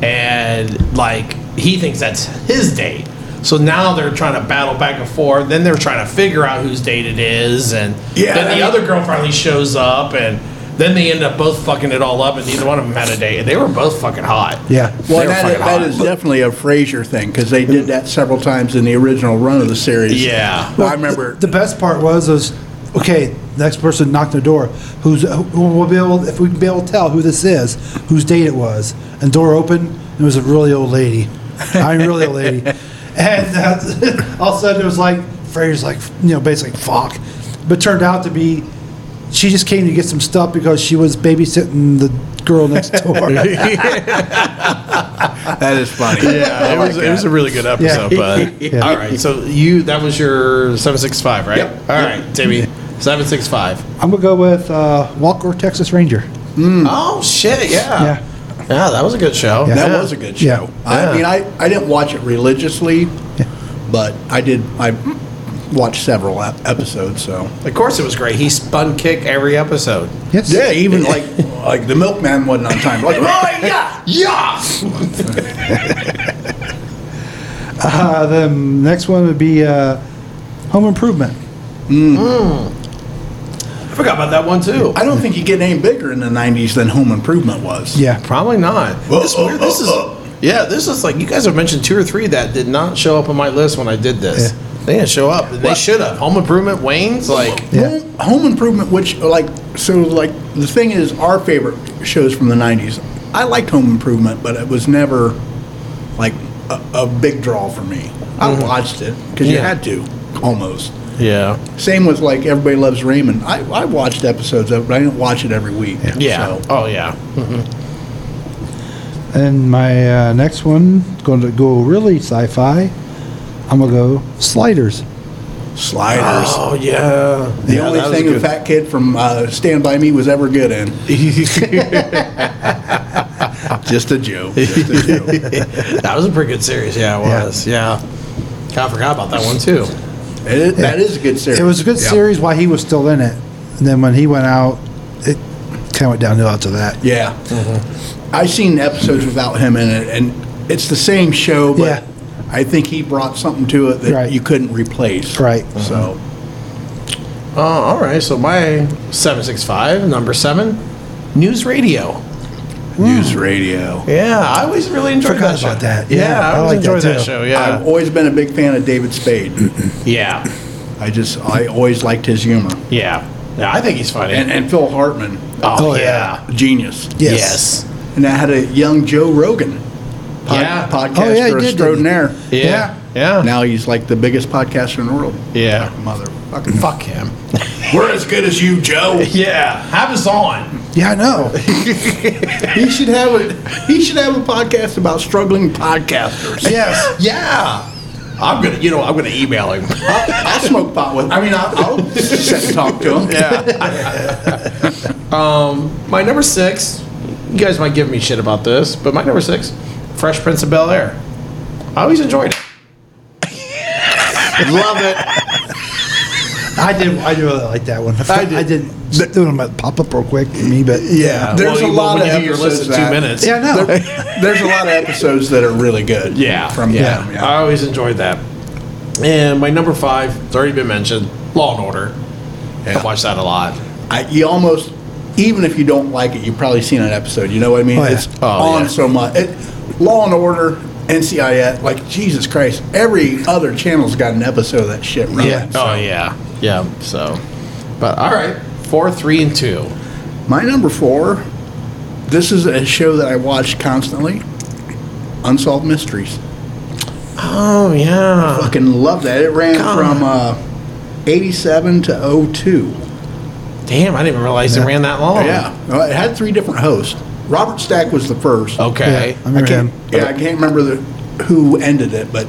[SPEAKER 1] and like he thinks that's his day. So now they're trying to battle back and forth. Then they're trying to figure out whose date it is, and
[SPEAKER 3] Yeah.
[SPEAKER 1] then the other girl finally shows up, and then they end up both fucking it all up, and neither one of them had a date. They were both fucking hot.
[SPEAKER 2] Yeah.
[SPEAKER 1] They
[SPEAKER 3] Well,
[SPEAKER 1] were
[SPEAKER 3] that,
[SPEAKER 1] fucking
[SPEAKER 3] that
[SPEAKER 1] hot.
[SPEAKER 3] is definitely a Frasier thing because they did that several times in the original run of the series.
[SPEAKER 1] Yeah.
[SPEAKER 3] I remember.
[SPEAKER 2] The best part was was okay. Next person knocked the door. Who's who will be able if we can be able to tell who this is, whose date it was. And door opened. And it was a really old lady. I'm really old lady. And uh, all of a sudden it was like Fraser's like you know basically fuck, but turned out to be she just came to get some stuff because she was babysitting the girl next door.
[SPEAKER 3] that is funny. Oh Yeah,
[SPEAKER 1] it was, it was a really good episode,
[SPEAKER 2] Yeah.
[SPEAKER 1] but
[SPEAKER 2] Yeah.
[SPEAKER 1] all right. So you that was your seven six five, right?
[SPEAKER 3] Yep.
[SPEAKER 1] All right, Timmy, seven six five.
[SPEAKER 2] I'm gonna go with uh, Walker Texas Ranger.
[SPEAKER 3] Hmm.
[SPEAKER 1] Oh shit!
[SPEAKER 2] Yeah.
[SPEAKER 1] Yeah. yeah, that was a good show.
[SPEAKER 2] Yeah.
[SPEAKER 3] That
[SPEAKER 1] Yeah.
[SPEAKER 3] was a good show.
[SPEAKER 2] Yeah.
[SPEAKER 1] Yeah.
[SPEAKER 3] I mean, I, I didn't watch it religiously, but I did. I watched several ep- episodes. So
[SPEAKER 1] Of course, it was great. He spun kick every episode.
[SPEAKER 2] Yes.
[SPEAKER 3] yeah, even like like the milkman wasn't on time. Like, oh yeah,
[SPEAKER 1] Yeah.
[SPEAKER 2] Uh, the next one would be uh, Home Improvement.
[SPEAKER 1] I forgot about that one too.
[SPEAKER 3] I don't think you get any bigger in the '90s than Home Improvement was.
[SPEAKER 2] Yeah.
[SPEAKER 1] Probably not.
[SPEAKER 3] Oh,
[SPEAKER 1] This,
[SPEAKER 3] oh,
[SPEAKER 1] weird. this
[SPEAKER 3] oh,
[SPEAKER 1] is.
[SPEAKER 3] oh.
[SPEAKER 1] Yeah, this is like you guys have mentioned two or three that did not show up on my list when I did this. They didn't show up. They
[SPEAKER 3] What?
[SPEAKER 1] should have. Home Improvement, Wayne's, like.
[SPEAKER 2] Yeah.
[SPEAKER 3] Home, home improvement, which like so like the thing is our favorite shows from the '90s. I liked Home Improvement, but it was never like a, a big draw for me. I watched it because you
[SPEAKER 1] Yeah.
[SPEAKER 3] had to almost.
[SPEAKER 1] Yeah.
[SPEAKER 3] Same with like Everybody Loves Raymond. I, I watched episodes of it, but I didn't watch it every week.
[SPEAKER 1] Yeah.
[SPEAKER 3] So,
[SPEAKER 1] Oh yeah.
[SPEAKER 2] And my uh, next one, going to go really sci-fi. I'm gonna go Sliders.
[SPEAKER 3] sliders.
[SPEAKER 1] Oh yeah.
[SPEAKER 3] the only thing the fat kid from uh, Stand By Me was ever good in. Just a joke. Just a joke.
[SPEAKER 1] that was a pretty good series. Yeah, it
[SPEAKER 2] Yeah.
[SPEAKER 1] was. Yeah. I forgot about that one too.
[SPEAKER 3] It is- That is a good series.
[SPEAKER 2] It was a good
[SPEAKER 3] Yeah.
[SPEAKER 2] series while he was still in it, and then when he went out, it kind of went downhill after that.
[SPEAKER 3] Yeah.
[SPEAKER 2] Mm-hmm.
[SPEAKER 3] I've seen episodes without him in it, and it's the same show, but
[SPEAKER 2] Yeah.
[SPEAKER 3] I think he brought something to it that
[SPEAKER 2] Right.
[SPEAKER 3] you couldn't replace.
[SPEAKER 2] Right.
[SPEAKER 3] So,
[SPEAKER 1] Oh, all right. So my seven six five number seven, news radio.
[SPEAKER 2] Mm-hmm.
[SPEAKER 3] news radio.
[SPEAKER 1] Yeah, I always really enjoyed
[SPEAKER 2] Forgot
[SPEAKER 1] that show.
[SPEAKER 2] about that.
[SPEAKER 1] Yeah,
[SPEAKER 2] Yeah,
[SPEAKER 1] I
[SPEAKER 2] I
[SPEAKER 1] always
[SPEAKER 2] like that
[SPEAKER 1] enjoyed that,
[SPEAKER 2] too.
[SPEAKER 1] show.
[SPEAKER 3] I've
[SPEAKER 1] Yeah,
[SPEAKER 3] always been a big fan of David Spade.
[SPEAKER 1] yeah,
[SPEAKER 3] I just, I always liked his humor.
[SPEAKER 1] yeah. Yeah, I think he's funny.
[SPEAKER 3] And, and Phil Hartman,
[SPEAKER 1] oh,
[SPEAKER 2] Oh,
[SPEAKER 1] yeah.
[SPEAKER 3] genius.
[SPEAKER 1] Yes.
[SPEAKER 3] And I had a young Joe Rogan pod-
[SPEAKER 1] Yeah.
[SPEAKER 3] podcaster
[SPEAKER 2] Oh, yeah, he
[SPEAKER 3] of
[SPEAKER 2] did,
[SPEAKER 3] Stroud and
[SPEAKER 2] didn't he?
[SPEAKER 3] Air.
[SPEAKER 1] Yeah. Yeah.
[SPEAKER 3] Now he's like the biggest podcaster in the world.
[SPEAKER 1] Yeah.
[SPEAKER 3] Motherfucker.
[SPEAKER 1] Fuck him.
[SPEAKER 3] We're as good as you, Joe.
[SPEAKER 1] Yeah. Have us on.
[SPEAKER 2] Yeah, I know.
[SPEAKER 3] He should have a he should have a podcast about struggling podcasters.
[SPEAKER 2] yes.
[SPEAKER 1] Yeah. I'm gonna, you know, I'm gonna email him.
[SPEAKER 3] I'll, I'll smoke pot with. Him.
[SPEAKER 1] I mean, I'll- I'll
[SPEAKER 3] sit and talk to him.
[SPEAKER 1] Yeah. um, my number six. You guys might give me shit about this, but my number six, Fresh Prince of Bel Air. I always enjoyed it.
[SPEAKER 3] Love it.
[SPEAKER 2] I did. I did really like that one. I
[SPEAKER 3] did.
[SPEAKER 2] did. I did. Just doing my pop up real quick for me, but
[SPEAKER 3] Yeah, there's
[SPEAKER 1] Uh, Well,
[SPEAKER 3] a
[SPEAKER 1] you-
[SPEAKER 3] lot
[SPEAKER 1] well,
[SPEAKER 3] of
[SPEAKER 1] when you do your
[SPEAKER 3] episodes
[SPEAKER 1] list in two
[SPEAKER 3] that-
[SPEAKER 1] minutes.
[SPEAKER 2] yeah, no.
[SPEAKER 3] There- there's a lot of episodes that are really good.
[SPEAKER 1] Yeah.
[SPEAKER 3] from
[SPEAKER 1] yeah.
[SPEAKER 3] them.
[SPEAKER 1] I
[SPEAKER 3] Yeah.
[SPEAKER 1] always enjoyed that. And my number five, it's already been mentioned, Law and Order. I
[SPEAKER 3] Yeah.
[SPEAKER 1] watched that a lot.
[SPEAKER 3] I, you almost, even if you don't like it, you've probably seen an episode. You know what I mean?
[SPEAKER 2] Oh, yeah.
[SPEAKER 3] It's
[SPEAKER 1] Oh,
[SPEAKER 3] on
[SPEAKER 1] yeah.
[SPEAKER 3] so much. It, Law and Order, NCIS, like Jesus Christ, every other channel's got an episode of that shit. Running,
[SPEAKER 2] Yeah.
[SPEAKER 3] so.
[SPEAKER 1] Oh yeah. Yeah. So but all right. Four, three, and two.
[SPEAKER 3] My number four. This is a show that I watch constantly. Unsolved Mysteries.
[SPEAKER 1] Oh yeah.
[SPEAKER 3] Fucking love that. It ran from uh, 87 to 02.
[SPEAKER 1] Damn, I didn't realize it ran that
[SPEAKER 2] Oh.
[SPEAKER 1] long.
[SPEAKER 3] Yeah. Well, It had three different hosts. Robert Stack was the first.
[SPEAKER 1] Okay.
[SPEAKER 2] I remember
[SPEAKER 3] can't,
[SPEAKER 2] him.
[SPEAKER 3] yeah, I can't remember the, who ended it, but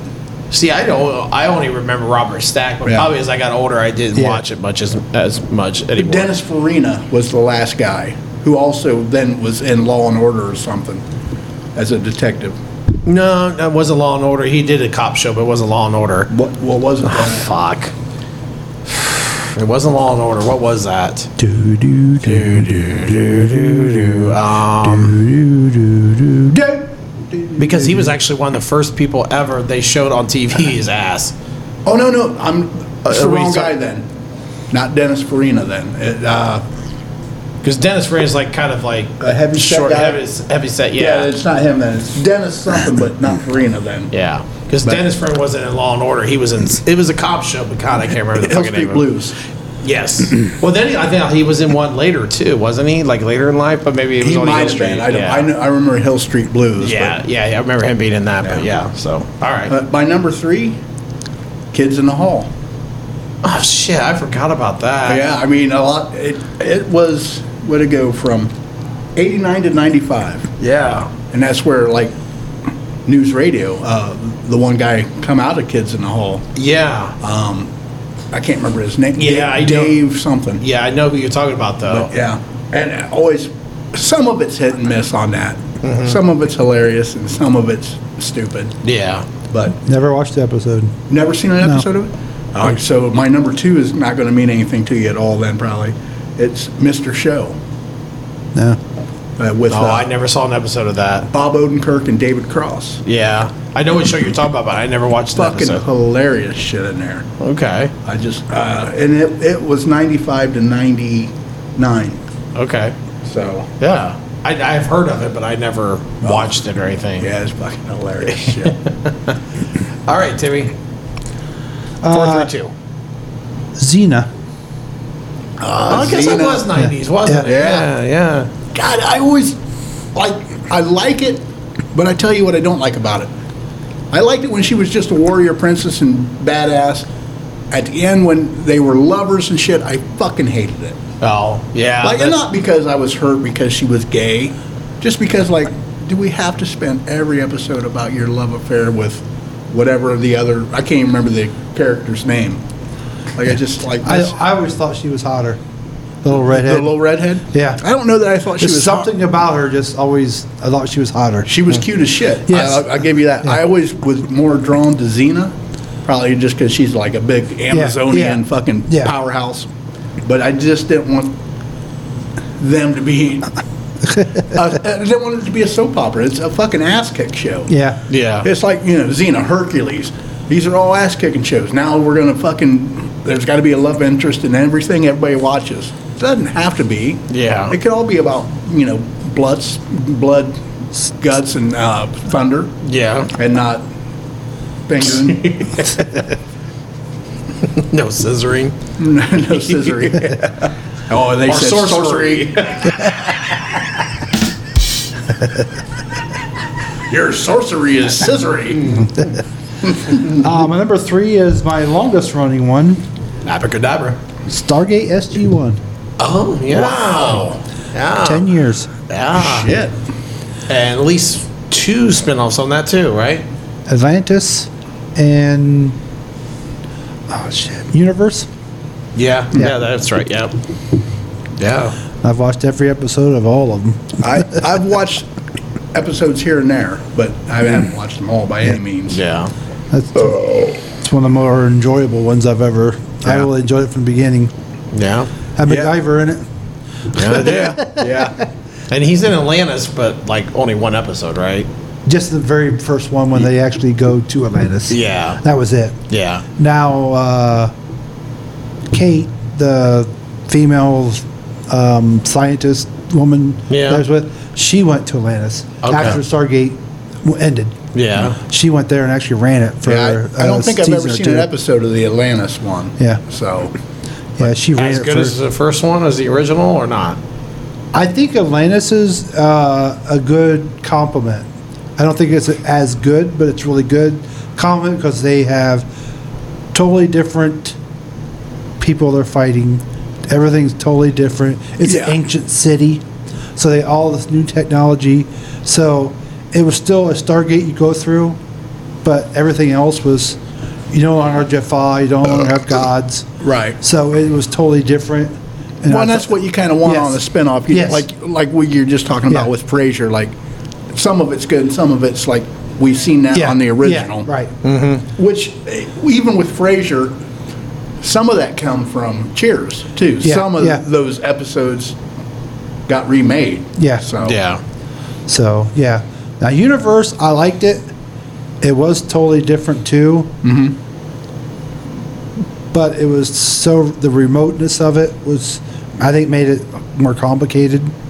[SPEAKER 1] See, I don't. I only remember Robert Stack, but
[SPEAKER 3] Yeah.
[SPEAKER 1] probably as I got older, I didn't
[SPEAKER 2] Yeah.
[SPEAKER 1] watch it much as as much anymore.
[SPEAKER 3] Dennis Farina was the last guy who also then was in Law and Order or something as a detective.
[SPEAKER 1] No, that wasn't Law and Order. He did a cop show, but it wasn't Law and Order.
[SPEAKER 3] What, what was it? then?
[SPEAKER 1] Fuck. It wasn't Law and Order. What was that?
[SPEAKER 2] Do, do, do,
[SPEAKER 1] Um,
[SPEAKER 2] do, do, do.
[SPEAKER 1] because he was actually one of the first people ever they showed on TV his ass.
[SPEAKER 3] oh, no, no. I'm it's
[SPEAKER 1] Uh,
[SPEAKER 3] the
[SPEAKER 1] we
[SPEAKER 3] wrong
[SPEAKER 1] saw-
[SPEAKER 3] guy then. Not Dennis Farina then. It, uh,
[SPEAKER 1] Because Dennis Ray is like kind of like
[SPEAKER 3] A heavy set
[SPEAKER 1] short,
[SPEAKER 3] guy?
[SPEAKER 1] heavy, heavy set.
[SPEAKER 3] yeah.
[SPEAKER 1] Yeah,
[SPEAKER 3] it's not him then. It's Dennis something, but not Farina then.
[SPEAKER 1] Yeah, because
[SPEAKER 3] But-
[SPEAKER 1] Dennis Friend wasn't in Law and Order. He was in. It was a cop show, but God, I can't remember the
[SPEAKER 3] Hill
[SPEAKER 1] fucking name.
[SPEAKER 3] Street
[SPEAKER 1] of it.
[SPEAKER 3] Blues.
[SPEAKER 1] Yes. well, then he, I think he was in one later too, wasn't he? Like later in life, but maybe it was
[SPEAKER 3] He
[SPEAKER 1] on E Hill
[SPEAKER 3] might have
[SPEAKER 1] Street.
[SPEAKER 3] been. I, don't,
[SPEAKER 1] yeah.
[SPEAKER 3] I, know, I remember Hill Street Blues.
[SPEAKER 1] Yeah,
[SPEAKER 3] but-
[SPEAKER 1] yeah, yeah, I remember him being in that. But
[SPEAKER 3] Yeah.
[SPEAKER 1] yeah, so all right.
[SPEAKER 3] But my number three, Kids in the Hall.
[SPEAKER 1] oh shit, I forgot about that.
[SPEAKER 3] Oh, Yeah, I mean, a lot. It, it was, where'd it go from 89 to 95?
[SPEAKER 1] Yeah.
[SPEAKER 3] And that's where, like, news radio, uh, the one guy come out of Kids in the Hall.
[SPEAKER 1] Yeah.
[SPEAKER 3] I can't remember his name.
[SPEAKER 1] Yeah, I know.
[SPEAKER 3] Dave something.
[SPEAKER 1] yeah, I know who you're talking about though.
[SPEAKER 3] Yeah. And always, some of it's hit and miss on that. Some of it's hilarious and some of it's stupid.
[SPEAKER 1] yeah.
[SPEAKER 3] But
[SPEAKER 2] Never watched the episode.
[SPEAKER 3] Never seen an episode of it? All right, so my number two is not going to mean anything to you at all then, probably. It's Mr. Show
[SPEAKER 2] No.
[SPEAKER 3] uh, with
[SPEAKER 1] Oh,
[SPEAKER 3] uh,
[SPEAKER 1] I never saw an episode of that.
[SPEAKER 3] Bob Odenkirk and David Cross.
[SPEAKER 1] Yeah, I know what show you're talking about, but I never watched that
[SPEAKER 3] Fucking
[SPEAKER 1] episode.
[SPEAKER 3] hilarious shit in there.
[SPEAKER 1] Okay.
[SPEAKER 3] I just, uh, and it, it was 95 to 99.
[SPEAKER 1] Okay.
[SPEAKER 3] So,
[SPEAKER 1] Yeah. I, I've heard of it, but I never watched it or anything.
[SPEAKER 3] yeah, it's fucking hilarious shit.
[SPEAKER 1] All right, Timmy. Four three two.
[SPEAKER 2] Xena.
[SPEAKER 1] I guess it
[SPEAKER 3] Xena.
[SPEAKER 1] was nineties, wasn't
[SPEAKER 2] Yeah.
[SPEAKER 1] it? Yeah, yeah.
[SPEAKER 3] God, I always like I like it, but I tell you what I don't like about it. I liked it when she was just a warrior princess and badass. At the end, when they were lovers and shit, I fucking hated it.
[SPEAKER 1] Oh, yeah.
[SPEAKER 3] Like,
[SPEAKER 1] that's-
[SPEAKER 3] and not because I was hurt because she was gay, just because like, do we have to spend every episode about your love affair with whatever the other? I can't even remember the character's name. Like I just like
[SPEAKER 2] I,
[SPEAKER 3] this,
[SPEAKER 2] I always thought she was hotter. The little
[SPEAKER 3] the
[SPEAKER 2] redhead.
[SPEAKER 3] little redhead.
[SPEAKER 2] Yeah.
[SPEAKER 3] I don't know that I thought she
[SPEAKER 2] Just
[SPEAKER 3] was hot.
[SPEAKER 2] something about her just always, I thought she was hotter.
[SPEAKER 3] She was cute as shit.
[SPEAKER 2] Yes.
[SPEAKER 3] I, I give you that. I always was more drawn to Xena, probably just because she's like a big Amazonian
[SPEAKER 2] yeah.
[SPEAKER 3] fucking
[SPEAKER 2] Yeah.
[SPEAKER 3] powerhouse. But I just didn't want them to be. I, I didn't want it to be a soap opera. It's a fucking ass kick show.
[SPEAKER 2] Yeah.
[SPEAKER 1] Yeah.
[SPEAKER 3] It's like you know Xena, Hercules. These are all ass kicking shows. Now we're gonna fucking. There's got to be a love interest in everything everybody watches. It doesn't have to be.
[SPEAKER 1] Yeah.
[SPEAKER 3] It could all be about you know bloods, blood, guts, and uh, thunder,
[SPEAKER 1] yeah.
[SPEAKER 3] and not fingering,
[SPEAKER 1] No scissoring.
[SPEAKER 3] no scissoring. Oh, they
[SPEAKER 1] Or
[SPEAKER 3] said
[SPEAKER 1] sorcery.
[SPEAKER 3] Your sorcery is scissoring.
[SPEAKER 2] Uh, my number three is my longest running one,
[SPEAKER 1] Abracadabra.
[SPEAKER 2] Stargate SG One.
[SPEAKER 1] Oh, yeah. Wow. Yeah.
[SPEAKER 2] Ten years. Ah.
[SPEAKER 1] yeah.
[SPEAKER 3] Shit.
[SPEAKER 1] And at least two spin offs on that, too, right?
[SPEAKER 2] Atlantis and oh shit, Universe.
[SPEAKER 1] Yeah. Yeah, that's right. Yeah. Yeah.
[SPEAKER 2] I've watched every episode of all of them.
[SPEAKER 3] I, I've watched episodes here and there, but I haven't watched them all by any means.
[SPEAKER 1] Yeah.
[SPEAKER 2] That's it's one of the more enjoyable ones I've ever. I really enjoyed it from the beginning.
[SPEAKER 1] Yeah.
[SPEAKER 2] Had MacGyver in it.
[SPEAKER 1] Yeah. yeah.
[SPEAKER 3] Yeah.
[SPEAKER 1] And he's in Atlantis, but like only one episode, right?
[SPEAKER 2] Just the very first one when they actually go to Atlantis.
[SPEAKER 1] Yeah.
[SPEAKER 2] That was it.
[SPEAKER 1] Yeah.
[SPEAKER 2] Now, uh, Kate, the female um, scientist woman
[SPEAKER 1] Yeah.
[SPEAKER 2] that I was with, she went to Atlantis
[SPEAKER 1] Okay.
[SPEAKER 2] after Stargate w- ended.
[SPEAKER 1] Yeah.
[SPEAKER 2] She went there and actually ran it for.
[SPEAKER 3] Yeah, I, I
[SPEAKER 2] uh,
[SPEAKER 3] don't think I've ever
[SPEAKER 2] season or
[SPEAKER 3] seen
[SPEAKER 2] two.
[SPEAKER 3] an episode of the Atlantis one.
[SPEAKER 2] Yeah.
[SPEAKER 3] So,
[SPEAKER 2] Yeah, she ran
[SPEAKER 1] As
[SPEAKER 2] it
[SPEAKER 1] good
[SPEAKER 2] for.
[SPEAKER 1] as the first one as the original or not?
[SPEAKER 2] I think Atlantis is uh, a good compliment. I don't think it's as good, but it's really good compliment because they have totally different people they're fighting. Everything's totally different. It's
[SPEAKER 3] Yeah.
[SPEAKER 2] an ancient city, so they all this new technology. So it was still a Stargate you go through, but everything else was you no longer have Jaffa, you don't longer have gods.
[SPEAKER 3] Right.
[SPEAKER 2] So it was totally different. And
[SPEAKER 3] well,
[SPEAKER 2] I
[SPEAKER 3] and that's
[SPEAKER 2] thought-
[SPEAKER 3] what you kind of want
[SPEAKER 2] Yes.
[SPEAKER 3] on a spinoff. You,
[SPEAKER 2] Yes.
[SPEAKER 3] Like like we you're just talking about
[SPEAKER 2] Yeah.
[SPEAKER 3] with Frasier. Like some of it's good, and some of it's like we've seen that
[SPEAKER 2] Yeah,
[SPEAKER 3] on the
[SPEAKER 2] yeah,
[SPEAKER 3] original.
[SPEAKER 2] right.
[SPEAKER 3] Which eh, even with Frasier, some of that come from Cheers too.
[SPEAKER 2] Yeah,
[SPEAKER 3] some of
[SPEAKER 2] yeah.
[SPEAKER 3] those episodes got remade.
[SPEAKER 2] Yeah.
[SPEAKER 3] So
[SPEAKER 1] Yeah.
[SPEAKER 2] So yeah, now Universe, I liked it. It was totally different too. Mm-hmm. But it was so the remoteness of it was, I think, made it more complicated because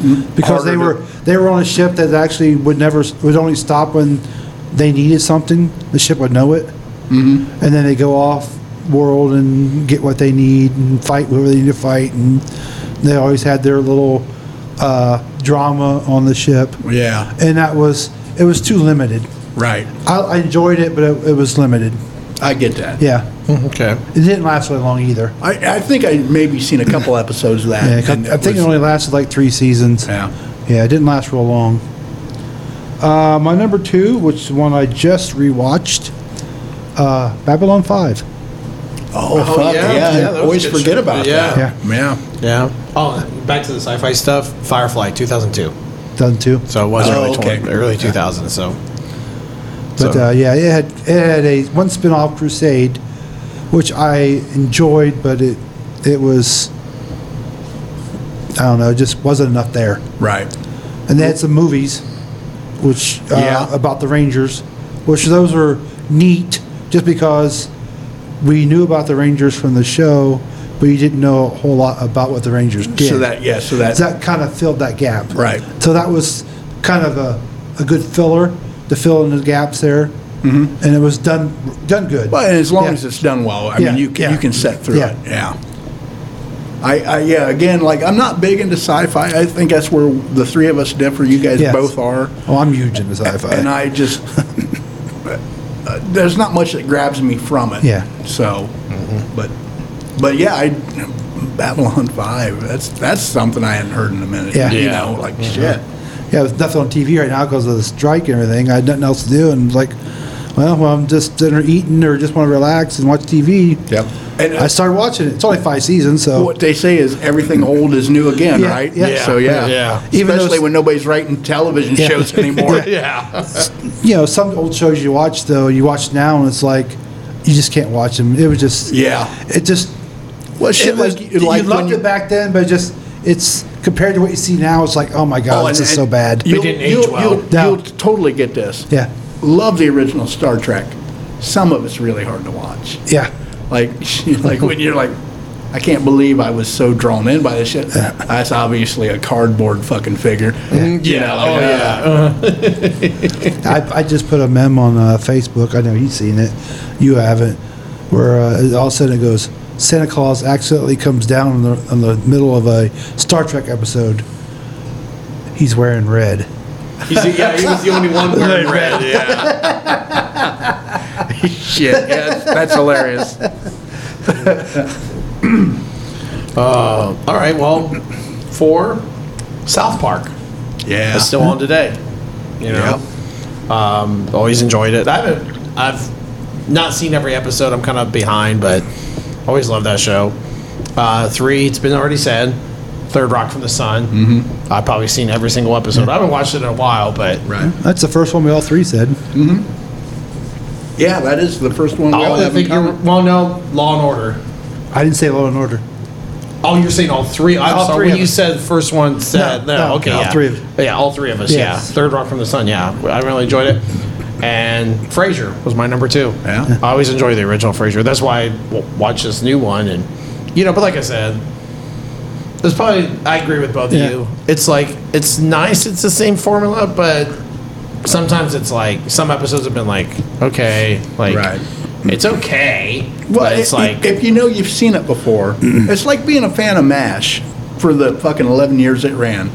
[SPEAKER 3] Mm-hmm. Harder
[SPEAKER 2] they
[SPEAKER 3] to-
[SPEAKER 2] were they were on a ship that actually would never would only stop when they needed something. The ship would know it, mm-hmm. and then they go off world and get what they need and fight whoever they need to fight, and they always had their little uh, drama on the ship,
[SPEAKER 3] yeah,
[SPEAKER 2] and that was it was too limited.
[SPEAKER 3] right.
[SPEAKER 2] I, I enjoyed it, but it, it was limited.
[SPEAKER 3] I get that.
[SPEAKER 2] Yeah,
[SPEAKER 1] Hmm, Okay.
[SPEAKER 2] it didn't last very long either.
[SPEAKER 3] I, I think I maybe seen a couple episodes of that.
[SPEAKER 2] Yeah, 'cause
[SPEAKER 3] and
[SPEAKER 2] I think it
[SPEAKER 3] was-
[SPEAKER 2] only lasted like three seasons.
[SPEAKER 3] yeah.
[SPEAKER 2] Yeah, it didn't last real long. Uh, my number two, which is one I just rewatched, uh, Babylon 5.
[SPEAKER 3] Oh,
[SPEAKER 1] fuck, yeah,
[SPEAKER 3] fuck, yeah!
[SPEAKER 1] yeah, that was
[SPEAKER 3] always
[SPEAKER 1] good
[SPEAKER 3] forget
[SPEAKER 1] shit.
[SPEAKER 3] about
[SPEAKER 1] Yeah.
[SPEAKER 3] that. Yeah,
[SPEAKER 1] Yeah. Oh, back to the sci fi stuff Firefly 2002.
[SPEAKER 2] Done too.
[SPEAKER 1] So it was
[SPEAKER 3] Oh,
[SPEAKER 1] early,
[SPEAKER 3] okay.
[SPEAKER 1] 20, early 2000. So.
[SPEAKER 2] But
[SPEAKER 1] so-
[SPEAKER 2] uh, yeah, it had, it had a one spin off Crusade, which I enjoyed, but it, it was, I don't know, just wasn't enough there.
[SPEAKER 3] right.
[SPEAKER 2] And they had some movies, which uh,
[SPEAKER 3] Yeah.
[SPEAKER 2] about the Rangers, which those were neat, just because we knew about the Rangers from the show, but you didn't know a whole lot about what the Rangers did.
[SPEAKER 3] So that yeah, so that
[SPEAKER 2] So that kind of filled that gap.
[SPEAKER 3] Right.
[SPEAKER 2] So that was kind of a, a good filler to fill in the gaps there, mm-hmm. and it was done done good.
[SPEAKER 3] Well, and as long
[SPEAKER 2] Yeah.
[SPEAKER 3] as it's done well, I
[SPEAKER 2] Yeah,
[SPEAKER 3] mean, you can,
[SPEAKER 2] yeah.
[SPEAKER 3] you can set through
[SPEAKER 2] Yeah.
[SPEAKER 3] it. Yeah. I, I yeah again like I'm not big into sci-fi. I think that's where the three of us differ. You guys
[SPEAKER 2] Yes.
[SPEAKER 3] both are,
[SPEAKER 2] Oh, I'm huge into sci-fi.
[SPEAKER 3] and I just uh, there's not much that grabs me from it.
[SPEAKER 2] Yeah. Mm-hmm.
[SPEAKER 3] So, but but yeah, I Babylon Five. That's that's something I hadn't heard in a minute.
[SPEAKER 2] Yeah.
[SPEAKER 3] You
[SPEAKER 1] Yeah. Mm-hmm.
[SPEAKER 3] know, like shit.
[SPEAKER 2] Yeah, there's nothing on TV right now because of the strike and everything. I had nothing else to do, and like, well, well I'm just sitting there eating or just want to relax and watch TV.
[SPEAKER 3] Yep. And uh,
[SPEAKER 2] I started watching it. It's only five seasons, so
[SPEAKER 3] what they say is everything old is new again,
[SPEAKER 2] Yeah,
[SPEAKER 3] right?
[SPEAKER 2] yeah. Yeah,
[SPEAKER 3] So yeah,
[SPEAKER 1] yeah.
[SPEAKER 3] Even
[SPEAKER 2] Even
[SPEAKER 3] especially
[SPEAKER 2] those-
[SPEAKER 3] when nobody's writing television
[SPEAKER 2] Yeah.
[SPEAKER 3] shows anymore.
[SPEAKER 1] Yeah.
[SPEAKER 2] you know some old shows you watch though you watch now and it's like you just can't watch them. It was just
[SPEAKER 3] Yeah.
[SPEAKER 2] it just
[SPEAKER 3] Well, shit,
[SPEAKER 2] it was,
[SPEAKER 3] like,
[SPEAKER 2] you
[SPEAKER 3] like when
[SPEAKER 2] loved
[SPEAKER 3] you,
[SPEAKER 2] it back then, but just it's compared to what you see now. It's like oh my god,
[SPEAKER 3] Oh,
[SPEAKER 2] this
[SPEAKER 3] and-
[SPEAKER 2] is so
[SPEAKER 3] and
[SPEAKER 2] bad.
[SPEAKER 1] you-
[SPEAKER 3] you'll-
[SPEAKER 1] didn't age
[SPEAKER 3] you'll-
[SPEAKER 1] well.
[SPEAKER 3] You'll,
[SPEAKER 2] No.
[SPEAKER 3] you'll totally get this.
[SPEAKER 2] Yeah.
[SPEAKER 3] Love the original Star Trek. Some of it's really hard to watch.
[SPEAKER 2] yeah,
[SPEAKER 3] Like, like when you're like, I can't believe I was so drawn in by this shit. That's obviously a cardboard fucking figure. You know, like, uh,
[SPEAKER 2] I, I just put a mem on uh, Facebook. I know you've seen it, you haven't. Where uh, all of a sudden it goes, Santa Claus accidentally comes down in the, in the middle of a Star Trek episode. He's wearing red.
[SPEAKER 1] He's, yeah, he was the only one wearing red. Yeah.
[SPEAKER 5] Shit, yeah, that's hilarious.
[SPEAKER 1] Uh, all right. Well, for South Park,
[SPEAKER 3] Yeah.
[SPEAKER 1] it's still on today. You know, um, always enjoyed it. I haven't. I've not seen every episode. I'm kind of behind, but always love that show. Uh, three. It's been already said. Third Rock from the Sun. Mm-hmm. I've probably seen every single episode. I haven't watched it in a while, but
[SPEAKER 3] Right.
[SPEAKER 2] That's the first one we all three said.
[SPEAKER 3] Yeah, that is the first one we all
[SPEAKER 1] I
[SPEAKER 3] have in
[SPEAKER 1] think you're.
[SPEAKER 3] common.
[SPEAKER 1] Well, no, Law and Order.
[SPEAKER 2] I didn't say Law and Order.
[SPEAKER 1] Oh, you're saying all three? I'm
[SPEAKER 2] All
[SPEAKER 1] sorry.
[SPEAKER 2] three
[SPEAKER 1] when
[SPEAKER 2] of
[SPEAKER 1] you
[SPEAKER 2] us.
[SPEAKER 1] said the first one said no,
[SPEAKER 2] No, no,
[SPEAKER 1] okay,
[SPEAKER 2] all
[SPEAKER 1] yeah.
[SPEAKER 2] three of us.
[SPEAKER 1] yeah, all three of us. Yeah,
[SPEAKER 2] Yes.
[SPEAKER 1] Third Rock from the Sun. Yeah, I really enjoyed it. And Frasier was my number two.
[SPEAKER 3] Yeah.
[SPEAKER 1] I always enjoy the original Frasier. That's why I w- watch this new one, and you know. But like I said, there's probably I agree with both
[SPEAKER 2] Yeah.
[SPEAKER 1] of you. It's like it's nice. It's the same formula, but sometimes it's like some episodes have been like okay, like
[SPEAKER 3] Right.
[SPEAKER 1] it's okay,
[SPEAKER 3] Well,
[SPEAKER 1] but it's
[SPEAKER 3] i- i-
[SPEAKER 1] like
[SPEAKER 3] if you know you've seen it before, it's like being a fan of MASH for the fucking 11 years it ran.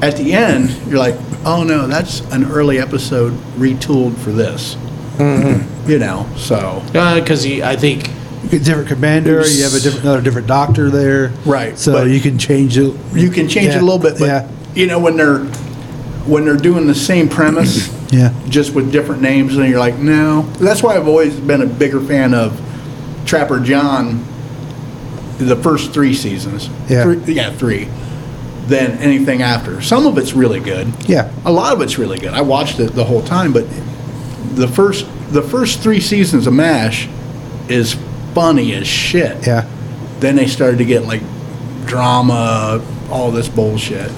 [SPEAKER 3] At the end, you're like, oh no, that's an early episode retooled for this. You know, so.
[SPEAKER 1] because uh, I think
[SPEAKER 2] You get different commander. You have a different, another different doctor there.
[SPEAKER 3] Right,
[SPEAKER 2] So
[SPEAKER 3] but-
[SPEAKER 2] you can change it.
[SPEAKER 3] You can change it
[SPEAKER 2] Yeah,
[SPEAKER 3] a little bit, but
[SPEAKER 2] yeah.
[SPEAKER 3] you know when they're when they're doing the same premise,
[SPEAKER 2] Yeah.
[SPEAKER 3] just with different names, and you're like, no. That's why I've always been a bigger fan of Trapper John. The first three seasons,
[SPEAKER 2] Yeah.
[SPEAKER 3] three, yeah, three, than anything after. Some of it's really good.
[SPEAKER 2] Yeah.
[SPEAKER 3] a lot of it's really good. I watched it the whole time, but the first the first three seasons of Mash is funny as shit
[SPEAKER 2] Yeah.
[SPEAKER 3] then they started to get like drama, all this bullshit.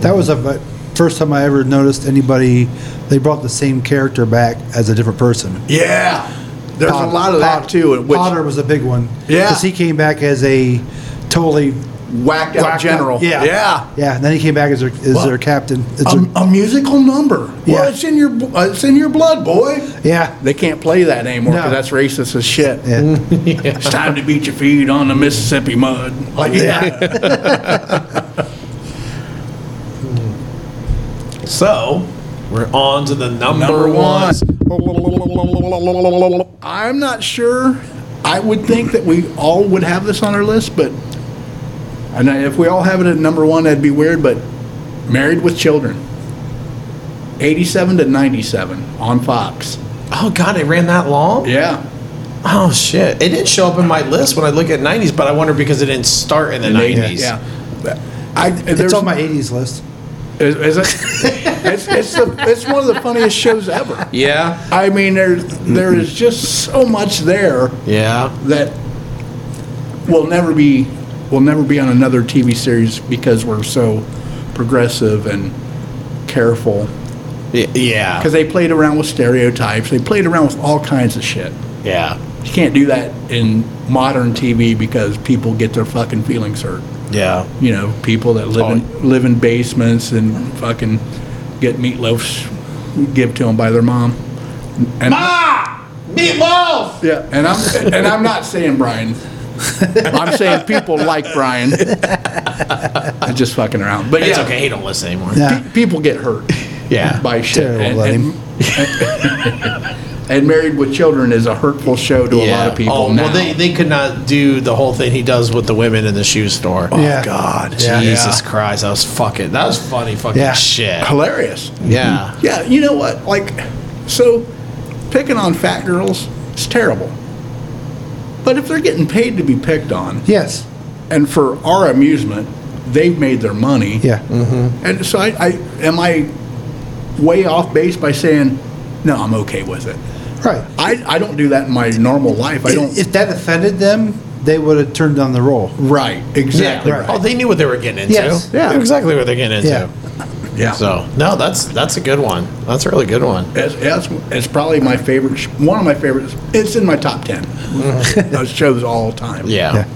[SPEAKER 2] That was the first time I ever noticed anybody. They brought the same character back as a different person.
[SPEAKER 3] Yeah, there's a
[SPEAKER 2] Potter-
[SPEAKER 3] lot of that
[SPEAKER 2] Potter-
[SPEAKER 3] too, which
[SPEAKER 2] Potter was a big one.
[SPEAKER 3] Yeah.
[SPEAKER 2] because he came back as a totally.
[SPEAKER 3] whacked
[SPEAKER 2] whacked
[SPEAKER 3] out
[SPEAKER 2] up-
[SPEAKER 3] general.
[SPEAKER 2] Yeah.
[SPEAKER 3] yeah.
[SPEAKER 2] Yeah, and then he came back as their, as
[SPEAKER 3] Well, um,
[SPEAKER 2] their captain. As
[SPEAKER 3] A,
[SPEAKER 2] their-
[SPEAKER 3] a musical number.
[SPEAKER 2] Yeah.
[SPEAKER 3] Well, it's in your bl- uh, it's in your blood, boy.
[SPEAKER 2] yeah,
[SPEAKER 3] They can't play that anymore because
[SPEAKER 2] No.
[SPEAKER 3] that's racist as shit.
[SPEAKER 2] yeah.
[SPEAKER 3] It's time to beat your feet on the Mississippi mud. Like, yeah.
[SPEAKER 1] So we're on to the number,
[SPEAKER 3] Number one.
[SPEAKER 1] ones.
[SPEAKER 3] I'm not sure. I would think that we all would have this on our list, but and I- if we all have it at number one, that'd be weird. But Married with Children, 87 to 97 on Fox.
[SPEAKER 1] Oh God, it ran that long.
[SPEAKER 3] Yeah.
[SPEAKER 1] Oh shit, it didn't show up in my list when I look at '90s, but I wonder because it didn't start in the '90s.
[SPEAKER 3] Yeah. I,
[SPEAKER 2] It's
[SPEAKER 3] there's,
[SPEAKER 2] on my '80s list.
[SPEAKER 3] is, is it, it's, it's, the, it's one of the funniest shows ever.
[SPEAKER 1] Yeah.
[SPEAKER 3] I mean, there, there is just so much there.
[SPEAKER 1] Yeah.
[SPEAKER 3] that will never be will never be on another TV series because we're so progressive and careful
[SPEAKER 1] Y- Yeah.
[SPEAKER 3] because they played around with stereotypes they played around with all kinds of shit
[SPEAKER 1] Yeah.
[SPEAKER 3] you can't do that in modern TV because people get their fucking feelings hurt
[SPEAKER 1] Yeah.
[SPEAKER 3] you know people that live in live in basements and fucking get meatloafs give to them by their mom and
[SPEAKER 1] Ah, meatloaf.
[SPEAKER 3] Yeah, and I'm and I'm not saying Brian. I'm saying people like Brian. I'm just fucking around, but
[SPEAKER 1] It's
[SPEAKER 3] yeah,
[SPEAKER 1] okay. He don't listen anymore.
[SPEAKER 2] Yeah.
[SPEAKER 3] pe- people get hurt
[SPEAKER 1] Yeah.
[SPEAKER 3] by shit.
[SPEAKER 2] Terrible,
[SPEAKER 3] and,
[SPEAKER 2] Lenny.
[SPEAKER 3] and- and Married with Children is a hurtful show to a lot of people
[SPEAKER 1] oh,
[SPEAKER 3] now.
[SPEAKER 1] well, they, they could not do the whole thing he does with the women in the shoe store. Oh,
[SPEAKER 2] Yeah.
[SPEAKER 1] God.
[SPEAKER 2] Yeah.
[SPEAKER 1] Jesus
[SPEAKER 3] Yeah.
[SPEAKER 1] Christ. That was fucking, that was funny fucking
[SPEAKER 2] Yeah.
[SPEAKER 1] shit.
[SPEAKER 3] Hilarious.
[SPEAKER 1] Yeah.
[SPEAKER 3] Yeah, you know what? Like, so picking on fat girls is terrible. But if they're getting paid to be picked on,
[SPEAKER 2] Yes.
[SPEAKER 3] and for our amusement, they've made their money.
[SPEAKER 2] Yeah.
[SPEAKER 3] And so I, I am I way off base by saying, no, I'm okay with it.
[SPEAKER 2] Right.
[SPEAKER 3] I, I don't do that in my normal life. I don't.
[SPEAKER 2] If that offended them, they would have turned down the role.
[SPEAKER 3] right. Exactly.
[SPEAKER 1] Yeah.
[SPEAKER 3] right.
[SPEAKER 1] Oh, they knew what they were getting into.
[SPEAKER 2] Yes.
[SPEAKER 1] Yeah. Exactly what they're getting into.
[SPEAKER 2] Yeah.
[SPEAKER 3] yeah.
[SPEAKER 1] So no, that's that's a good one. That's a really good one.
[SPEAKER 3] It's, it's, it's probably my favorite. sh- One of my favorites. It's in my top ten. Those shows all time.
[SPEAKER 1] Yeah.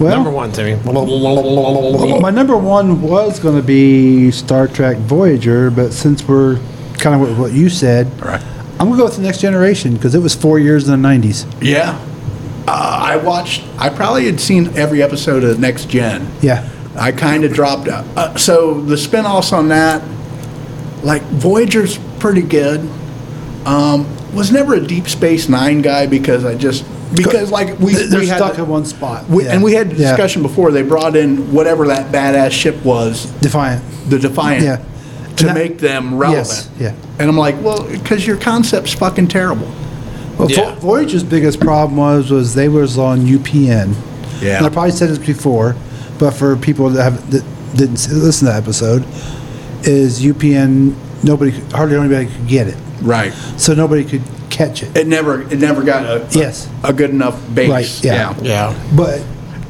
[SPEAKER 2] Well,
[SPEAKER 1] Number one, Timmy.
[SPEAKER 2] my number one was going to be Star Trek Voyager, but since we're kind of what, what you said,
[SPEAKER 3] Right.
[SPEAKER 2] I'm gonna go with the Next Generation because it was four years in the '90s.
[SPEAKER 3] Yeah. Uh, I watched. I probably had seen every episode of Next Gen.
[SPEAKER 2] Yeah.
[SPEAKER 3] I kind of dropped out. Uh, so the spinoffs on that, Like Voyager's pretty good. Um, was never a Deep Space Nine guy because I just because like we
[SPEAKER 2] They're
[SPEAKER 3] we had
[SPEAKER 2] stuck
[SPEAKER 3] the-
[SPEAKER 2] in one spot.
[SPEAKER 3] we,
[SPEAKER 2] Yeah.
[SPEAKER 3] and we had a
[SPEAKER 2] Yeah.
[SPEAKER 3] discussion before they brought in whatever that badass ship was,
[SPEAKER 2] Defiant.
[SPEAKER 3] the Defiant,
[SPEAKER 2] Yeah.
[SPEAKER 3] to
[SPEAKER 2] And that-
[SPEAKER 3] make them relevant.
[SPEAKER 2] Yes, yeah.
[SPEAKER 3] And I'm like, well, because your concept's fucking terrible.
[SPEAKER 2] Well, Vo-
[SPEAKER 1] Yeah.
[SPEAKER 2] Voyager's biggest problem was was they was on UPN.
[SPEAKER 3] Yeah.
[SPEAKER 2] and I probably said this before, but for people that have that didn't s- listen to that episode, is UPN nobody could- hardly anybody could get it,
[SPEAKER 3] Right.
[SPEAKER 2] so nobody could catch it.
[SPEAKER 3] It never it never got a
[SPEAKER 2] Yes.
[SPEAKER 3] a, good enough base.
[SPEAKER 2] Right, yeah.
[SPEAKER 1] Yeah.
[SPEAKER 2] But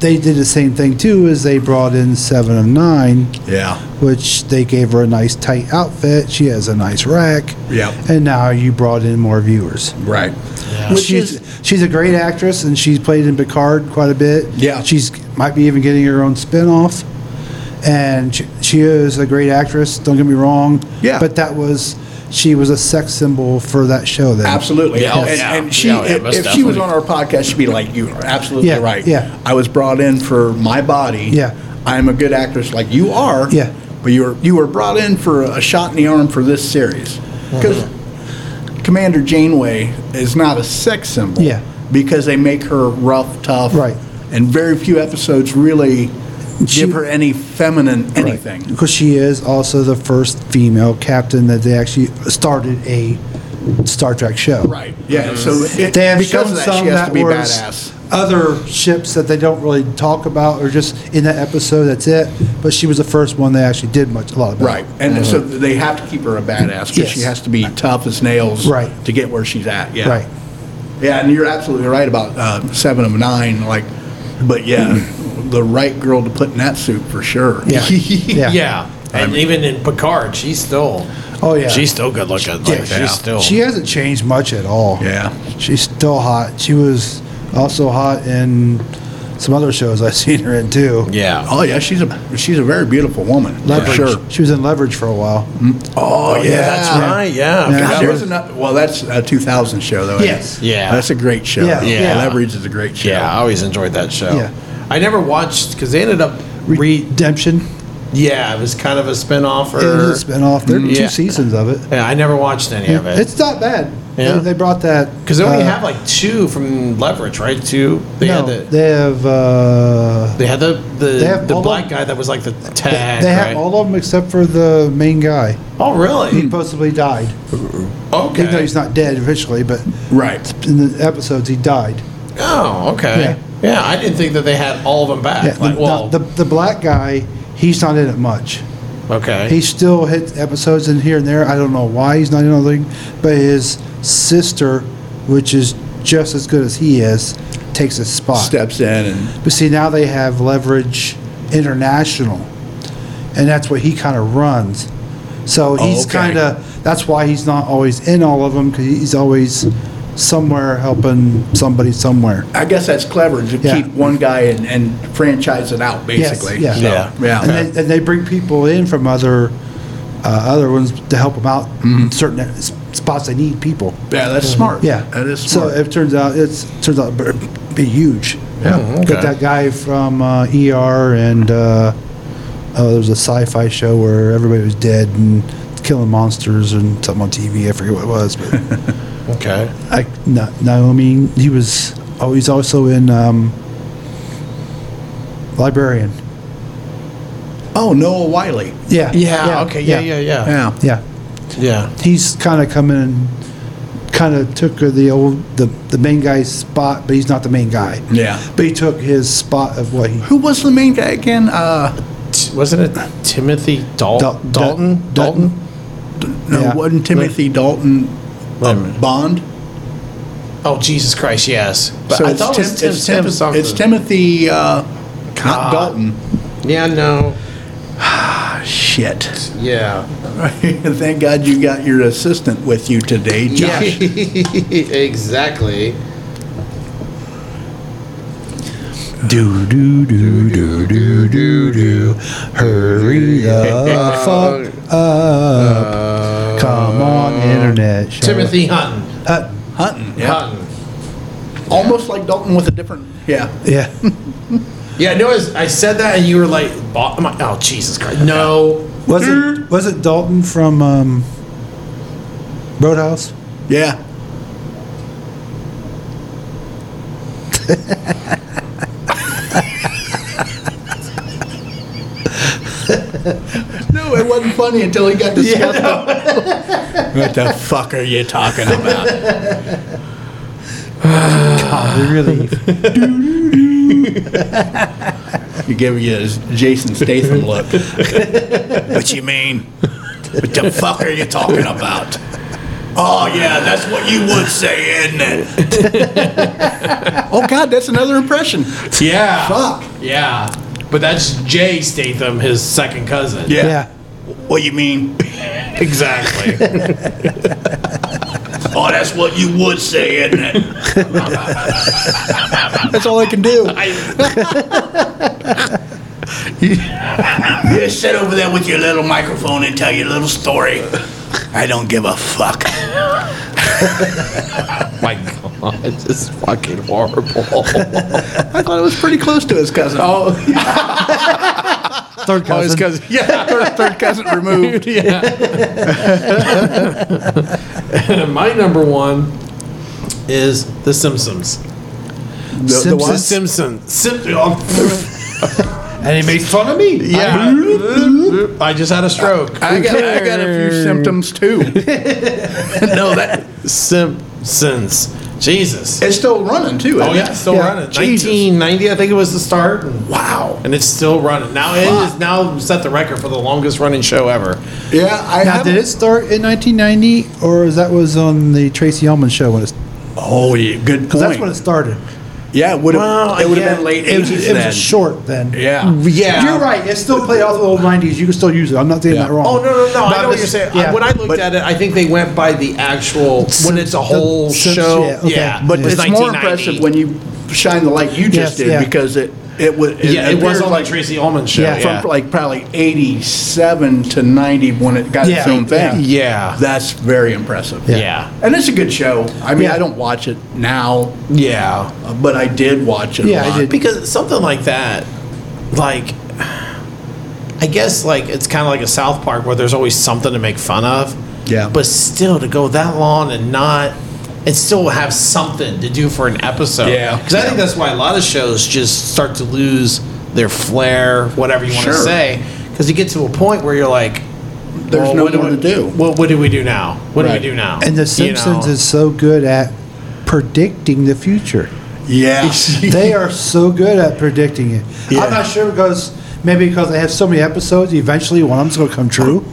[SPEAKER 2] they did the same thing too, is they brought in Seven of Nine,
[SPEAKER 3] Yeah.
[SPEAKER 2] which they gave her a nice tight outfit. She has a nice rack.
[SPEAKER 3] Yeah.
[SPEAKER 2] and now you brought in more viewers.
[SPEAKER 3] Right.
[SPEAKER 2] Which she's she's a great actress and she's played in Picard quite a bit.
[SPEAKER 3] Yeah.
[SPEAKER 2] she's might be even getting her own spin-off. and she, she is a great actress. Don't get me wrong.
[SPEAKER 3] Yeah.
[SPEAKER 2] but that was she was a sex symbol for that show. Then
[SPEAKER 3] Absolutely.
[SPEAKER 1] Yeah, oh,
[SPEAKER 3] and,
[SPEAKER 1] yeah.
[SPEAKER 3] and she,
[SPEAKER 1] Yeah, yeah,
[SPEAKER 3] if,
[SPEAKER 1] most
[SPEAKER 3] if she was
[SPEAKER 1] definitely.
[SPEAKER 3] on our podcast, she'd be like, "You are absolutely
[SPEAKER 2] Yeah,
[SPEAKER 3] right.
[SPEAKER 2] yeah.
[SPEAKER 3] I was brought in for my body.
[SPEAKER 2] Yeah.
[SPEAKER 3] I am a good actress, like you are.
[SPEAKER 2] Yeah.
[SPEAKER 3] but you were you were brought in for a shot in the arm for this series because Commander Janeway is not a sex symbol.
[SPEAKER 2] Yeah.
[SPEAKER 3] because they make her rough, tough.
[SPEAKER 2] Right.
[SPEAKER 3] and very few episodes really
[SPEAKER 2] She-
[SPEAKER 3] give her any feminine anything.
[SPEAKER 2] because she is also the first female captain that they actually started a Star Trek show.
[SPEAKER 3] Right. Yeah. So it,
[SPEAKER 2] They have
[SPEAKER 3] because
[SPEAKER 2] shown
[SPEAKER 3] of that,
[SPEAKER 2] some
[SPEAKER 3] she has
[SPEAKER 2] that
[SPEAKER 3] to be
[SPEAKER 2] was
[SPEAKER 3] badass.
[SPEAKER 2] other ships that they don't really talk about, or just in that episode. That's it. But she was the first one they actually did much a lot about.
[SPEAKER 3] Right, and so they have to keep her a badass because she
[SPEAKER 2] Yes.
[SPEAKER 3] has to be tough as nails.
[SPEAKER 2] Right.
[SPEAKER 3] To get where she's at, yeah.
[SPEAKER 2] Right.
[SPEAKER 3] Yeah, and you're absolutely right about uh, seven of nine, like, but yeah, the right girl to put in that suit for sure.
[SPEAKER 2] Yeah.
[SPEAKER 1] Yeah.
[SPEAKER 2] Yeah.
[SPEAKER 1] And even in Picard, she's still.
[SPEAKER 2] Oh yeah.
[SPEAKER 1] She's still good looking. Like,
[SPEAKER 2] Yeah,
[SPEAKER 1] She's still.
[SPEAKER 2] She hasn't changed much at all.
[SPEAKER 3] Yeah.
[SPEAKER 2] She's still hot. She was also hot in some other shows I've seen her in too.
[SPEAKER 1] yeah.
[SPEAKER 3] Oh yeah, she's a she's a very beautiful woman. for
[SPEAKER 2] Leverage.
[SPEAKER 3] Sure.
[SPEAKER 2] She was in Leverage for a while.
[SPEAKER 3] Oh, yeah.
[SPEAKER 1] that's right. Yeah. I
[SPEAKER 2] Yeah.
[SPEAKER 1] forgot
[SPEAKER 3] God,
[SPEAKER 2] That
[SPEAKER 3] there's
[SPEAKER 2] was-
[SPEAKER 3] another, well, that's a 2000 show though.
[SPEAKER 2] Yes.
[SPEAKER 1] Yeah.
[SPEAKER 3] That's a great show.
[SPEAKER 2] Yeah. Yeah.
[SPEAKER 3] Leverage is a great show.
[SPEAKER 1] Yeah, I always enjoyed that show.
[SPEAKER 2] Yeah.
[SPEAKER 1] I never watched because they ended up re.
[SPEAKER 2] Redemption.
[SPEAKER 1] Yeah, it was kind of a spinoff. Or
[SPEAKER 2] It
[SPEAKER 3] Er,
[SPEAKER 2] was a spinoff. There are
[SPEAKER 1] Yeah.
[SPEAKER 2] two seasons of it.
[SPEAKER 1] Yeah, I never watched any of it
[SPEAKER 2] It's not bad.
[SPEAKER 1] Yeah.
[SPEAKER 2] They, they brought that
[SPEAKER 1] because they only
[SPEAKER 2] uh,
[SPEAKER 1] have like two from Leverage, right? Two. They had
[SPEAKER 2] no,
[SPEAKER 1] the,
[SPEAKER 2] they have. Uh,
[SPEAKER 1] they had the the,
[SPEAKER 2] they have
[SPEAKER 1] the
[SPEAKER 2] all
[SPEAKER 1] black
[SPEAKER 2] of-
[SPEAKER 1] guy that was like the
[SPEAKER 2] they
[SPEAKER 1] tag.
[SPEAKER 2] have
[SPEAKER 1] right?
[SPEAKER 2] all Hmm. of them except for the main guy.
[SPEAKER 1] Oh,
[SPEAKER 2] He
[SPEAKER 1] really?
[SPEAKER 2] possibly died. Even though
[SPEAKER 1] Okay.
[SPEAKER 2] he's not dead officially, but
[SPEAKER 3] Right.
[SPEAKER 2] in the episodes he died.
[SPEAKER 1] Oh, okay. Yeah. I didn't think that they had all of them back.
[SPEAKER 2] Yeah, the,
[SPEAKER 1] like, well,
[SPEAKER 2] the, the black guy, he's not in it much.
[SPEAKER 1] okay.
[SPEAKER 2] He still hits episodes in here and there. I don't know why he's not in anything, but his sister, which is just as good as he is, takes his spot.
[SPEAKER 3] Steps in and
[SPEAKER 2] But see, now they have Leverage International, and that's what he kind of runs. So he's
[SPEAKER 3] Oh, okay.
[SPEAKER 2] kind of that's why he's not always in all of them because he's always somewhere helping somebody somewhere.
[SPEAKER 3] I guess that's clever to
[SPEAKER 2] Yeah.
[SPEAKER 3] keep one guy and, and franchise it out basically.
[SPEAKER 2] yeah.
[SPEAKER 3] So,
[SPEAKER 1] Yeah.
[SPEAKER 3] Yeah.
[SPEAKER 2] and they, and they bring people in from other uh, other ones to help them out
[SPEAKER 3] Mm-hmm.
[SPEAKER 2] in certain s- spots they need people.
[SPEAKER 3] Yeah, that's smart.
[SPEAKER 2] Yeah,
[SPEAKER 3] that is smart.
[SPEAKER 2] So it turns out it's turns out to be huge.
[SPEAKER 3] Yeah.
[SPEAKER 1] Okay.
[SPEAKER 2] Got that guy from uh, ER and uh, oh, there was a sci-fi show where everybody was dead and killing monsters and something on TV. I forget what it was, but
[SPEAKER 1] okay.
[SPEAKER 2] I, Na- Naomi. He was oh, he's also in um, Librarian.
[SPEAKER 3] oh, Noah Wiley.
[SPEAKER 2] Yeah.
[SPEAKER 1] Yeah, Okay. Yeah. Yeah. Yeah. Yeah.
[SPEAKER 3] Yeah,
[SPEAKER 2] Yeah. he's kind of come in and kind of took the old the, the main guy's spot, but he's not the main guy.
[SPEAKER 3] Yeah.
[SPEAKER 2] But he took his spot of what he
[SPEAKER 3] who was the main guy again? Uh,
[SPEAKER 1] T- wasn't it Timothy Dal-
[SPEAKER 2] Dal-
[SPEAKER 1] Dalton? Dalton?
[SPEAKER 2] Dalton.
[SPEAKER 3] no,
[SPEAKER 2] Yeah.
[SPEAKER 3] wasn't Timothy Dalton
[SPEAKER 1] Wait a
[SPEAKER 3] uh,
[SPEAKER 1] minute.
[SPEAKER 3] Bond?
[SPEAKER 1] Oh Jesus Christ! Yes, but I
[SPEAKER 3] it's
[SPEAKER 1] thought it was
[SPEAKER 3] Tim-
[SPEAKER 1] Tim,
[SPEAKER 3] it's
[SPEAKER 1] Tim,
[SPEAKER 3] Tim-
[SPEAKER 1] something.
[SPEAKER 3] It's Timothy, uh, not
[SPEAKER 2] Ah.
[SPEAKER 1] God.
[SPEAKER 3] Dalton.
[SPEAKER 1] Yeah, no.
[SPEAKER 3] Shit.
[SPEAKER 1] Yeah.
[SPEAKER 3] Thank God you got your assistant with you today, Josh.
[SPEAKER 1] exactly.
[SPEAKER 2] do do do do do do do hurry up fuck up come on internet Uh, show
[SPEAKER 1] Timothy Hutton.
[SPEAKER 2] Hut-
[SPEAKER 3] Hunting. Yeah.
[SPEAKER 1] Hutton.
[SPEAKER 3] Almost like Dalton with a different. Yeah.
[SPEAKER 2] yeah
[SPEAKER 1] Yeah, I know. I said that, and you were like, "Bo- I'm like, "Oh Jesus Christ, no!"
[SPEAKER 2] Was it was it Dalton from um, Roadhouse?
[SPEAKER 3] Yeah. no, it wasn't funny until he got disgusted. what the fuck are you talking about?
[SPEAKER 2] They really
[SPEAKER 3] You give you his Jason Statham look. what you mean? What the fuck are you talking about? Oh yeah, that's what you would say, isn't it? oh God, that's another impression.
[SPEAKER 1] Yeah.
[SPEAKER 3] Fuck.
[SPEAKER 1] Yeah. But that's Jay Statham, his second cousin.
[SPEAKER 2] yeah.
[SPEAKER 3] What you mean?
[SPEAKER 1] Exactly.
[SPEAKER 3] Oh, that's what you would say, isn't it? that's all I can do. you just sit over there with your little microphone and tell your little story. I don't give a fuck.
[SPEAKER 1] My God, this is fucking horrible.
[SPEAKER 3] I thought it was pretty close to his cousin. Oh,
[SPEAKER 2] Third cousin.
[SPEAKER 1] cousin. Yeah.
[SPEAKER 3] third, third cousin removed.
[SPEAKER 1] yeah. My number one is The Simpsons.
[SPEAKER 3] The, the one-
[SPEAKER 1] Simpsons. Sim- oh,
[SPEAKER 2] and he made fun of me.
[SPEAKER 1] yeah. I just had a stroke.
[SPEAKER 3] I got, I got a few symptoms too. no, that
[SPEAKER 1] Simpsons. Jesus.
[SPEAKER 3] it's still running too.
[SPEAKER 1] Oh
[SPEAKER 3] isn't
[SPEAKER 1] yeah,
[SPEAKER 3] it?
[SPEAKER 1] it's still
[SPEAKER 2] Yeah.
[SPEAKER 1] running.
[SPEAKER 3] Jesus.
[SPEAKER 1] 1990, I think it was the start, and,
[SPEAKER 3] Wow.
[SPEAKER 1] and it's still running. Now it is now set the record for the longest running show ever.
[SPEAKER 3] Yeah, I
[SPEAKER 2] Now,
[SPEAKER 3] have
[SPEAKER 2] did it start in 1990, or is that was on the Tracy Ullman show when it's
[SPEAKER 3] Oh, yeah, good
[SPEAKER 2] because that's when it started.
[SPEAKER 3] yeah, it would have.
[SPEAKER 1] Well,
[SPEAKER 3] it would have
[SPEAKER 1] yeah,
[SPEAKER 3] been late
[SPEAKER 2] It was,
[SPEAKER 3] eighties
[SPEAKER 2] it was
[SPEAKER 3] then.
[SPEAKER 2] a short then.
[SPEAKER 3] yeah.
[SPEAKER 1] Yeah,
[SPEAKER 2] You're right. It still played all the old 90s. You can still use it. I'm not saying
[SPEAKER 3] Yeah.
[SPEAKER 2] that wrong.
[SPEAKER 1] Oh no no no!
[SPEAKER 2] But
[SPEAKER 1] I know
[SPEAKER 2] I'm
[SPEAKER 1] what you're
[SPEAKER 2] just-
[SPEAKER 1] saying.
[SPEAKER 2] Yeah.
[SPEAKER 1] When I looked
[SPEAKER 3] But-
[SPEAKER 1] at it, I think they went by the actual when it's a whole
[SPEAKER 2] Since-
[SPEAKER 1] show.
[SPEAKER 2] yeah, okay.
[SPEAKER 3] But
[SPEAKER 1] It was
[SPEAKER 3] it's more
[SPEAKER 1] 1990.
[SPEAKER 3] impressive when you shine the light you just
[SPEAKER 2] Yes,
[SPEAKER 3] did
[SPEAKER 2] yeah.
[SPEAKER 3] because it it was
[SPEAKER 1] yeah, it was on
[SPEAKER 3] like
[SPEAKER 1] the Tracy Ullman show.
[SPEAKER 2] Yeah,
[SPEAKER 1] Yeah,
[SPEAKER 3] from like probably eighty seven to ninety when it got its
[SPEAKER 2] Yeah.
[SPEAKER 3] own thing.
[SPEAKER 1] Yeah.
[SPEAKER 3] that's very impressive.
[SPEAKER 1] Yeah. Yeah.
[SPEAKER 3] and it's a good show. I mean,
[SPEAKER 2] Yeah.
[SPEAKER 3] I don't watch it now,
[SPEAKER 1] yeah.
[SPEAKER 3] uh, but I did watch it. a
[SPEAKER 2] Yeah, I
[SPEAKER 3] lot.
[SPEAKER 2] did.
[SPEAKER 1] because something like that, like, I guess like it's kind of like a South Park where there's always something to make fun of.
[SPEAKER 3] Yeah.
[SPEAKER 1] But still, to go that long and not, and still have something to do for an episode.
[SPEAKER 3] Yeah.
[SPEAKER 1] Because I think that's why a lot of shows just start to lose their flair, whatever you want to
[SPEAKER 3] Sure.
[SPEAKER 1] say, because you get to a point where you're like,
[SPEAKER 3] There's no
[SPEAKER 1] what
[SPEAKER 3] more
[SPEAKER 1] we-
[SPEAKER 3] to do.
[SPEAKER 1] What, what do we do now? What
[SPEAKER 3] Right.
[SPEAKER 1] do we do now?
[SPEAKER 2] And The
[SPEAKER 1] You know?
[SPEAKER 2] Simpsons is so good at predicting the future.
[SPEAKER 3] Yeah,
[SPEAKER 2] they are so good at predicting it. I'm not sure because maybe because they have so many episodes, eventually one of them's going to come true.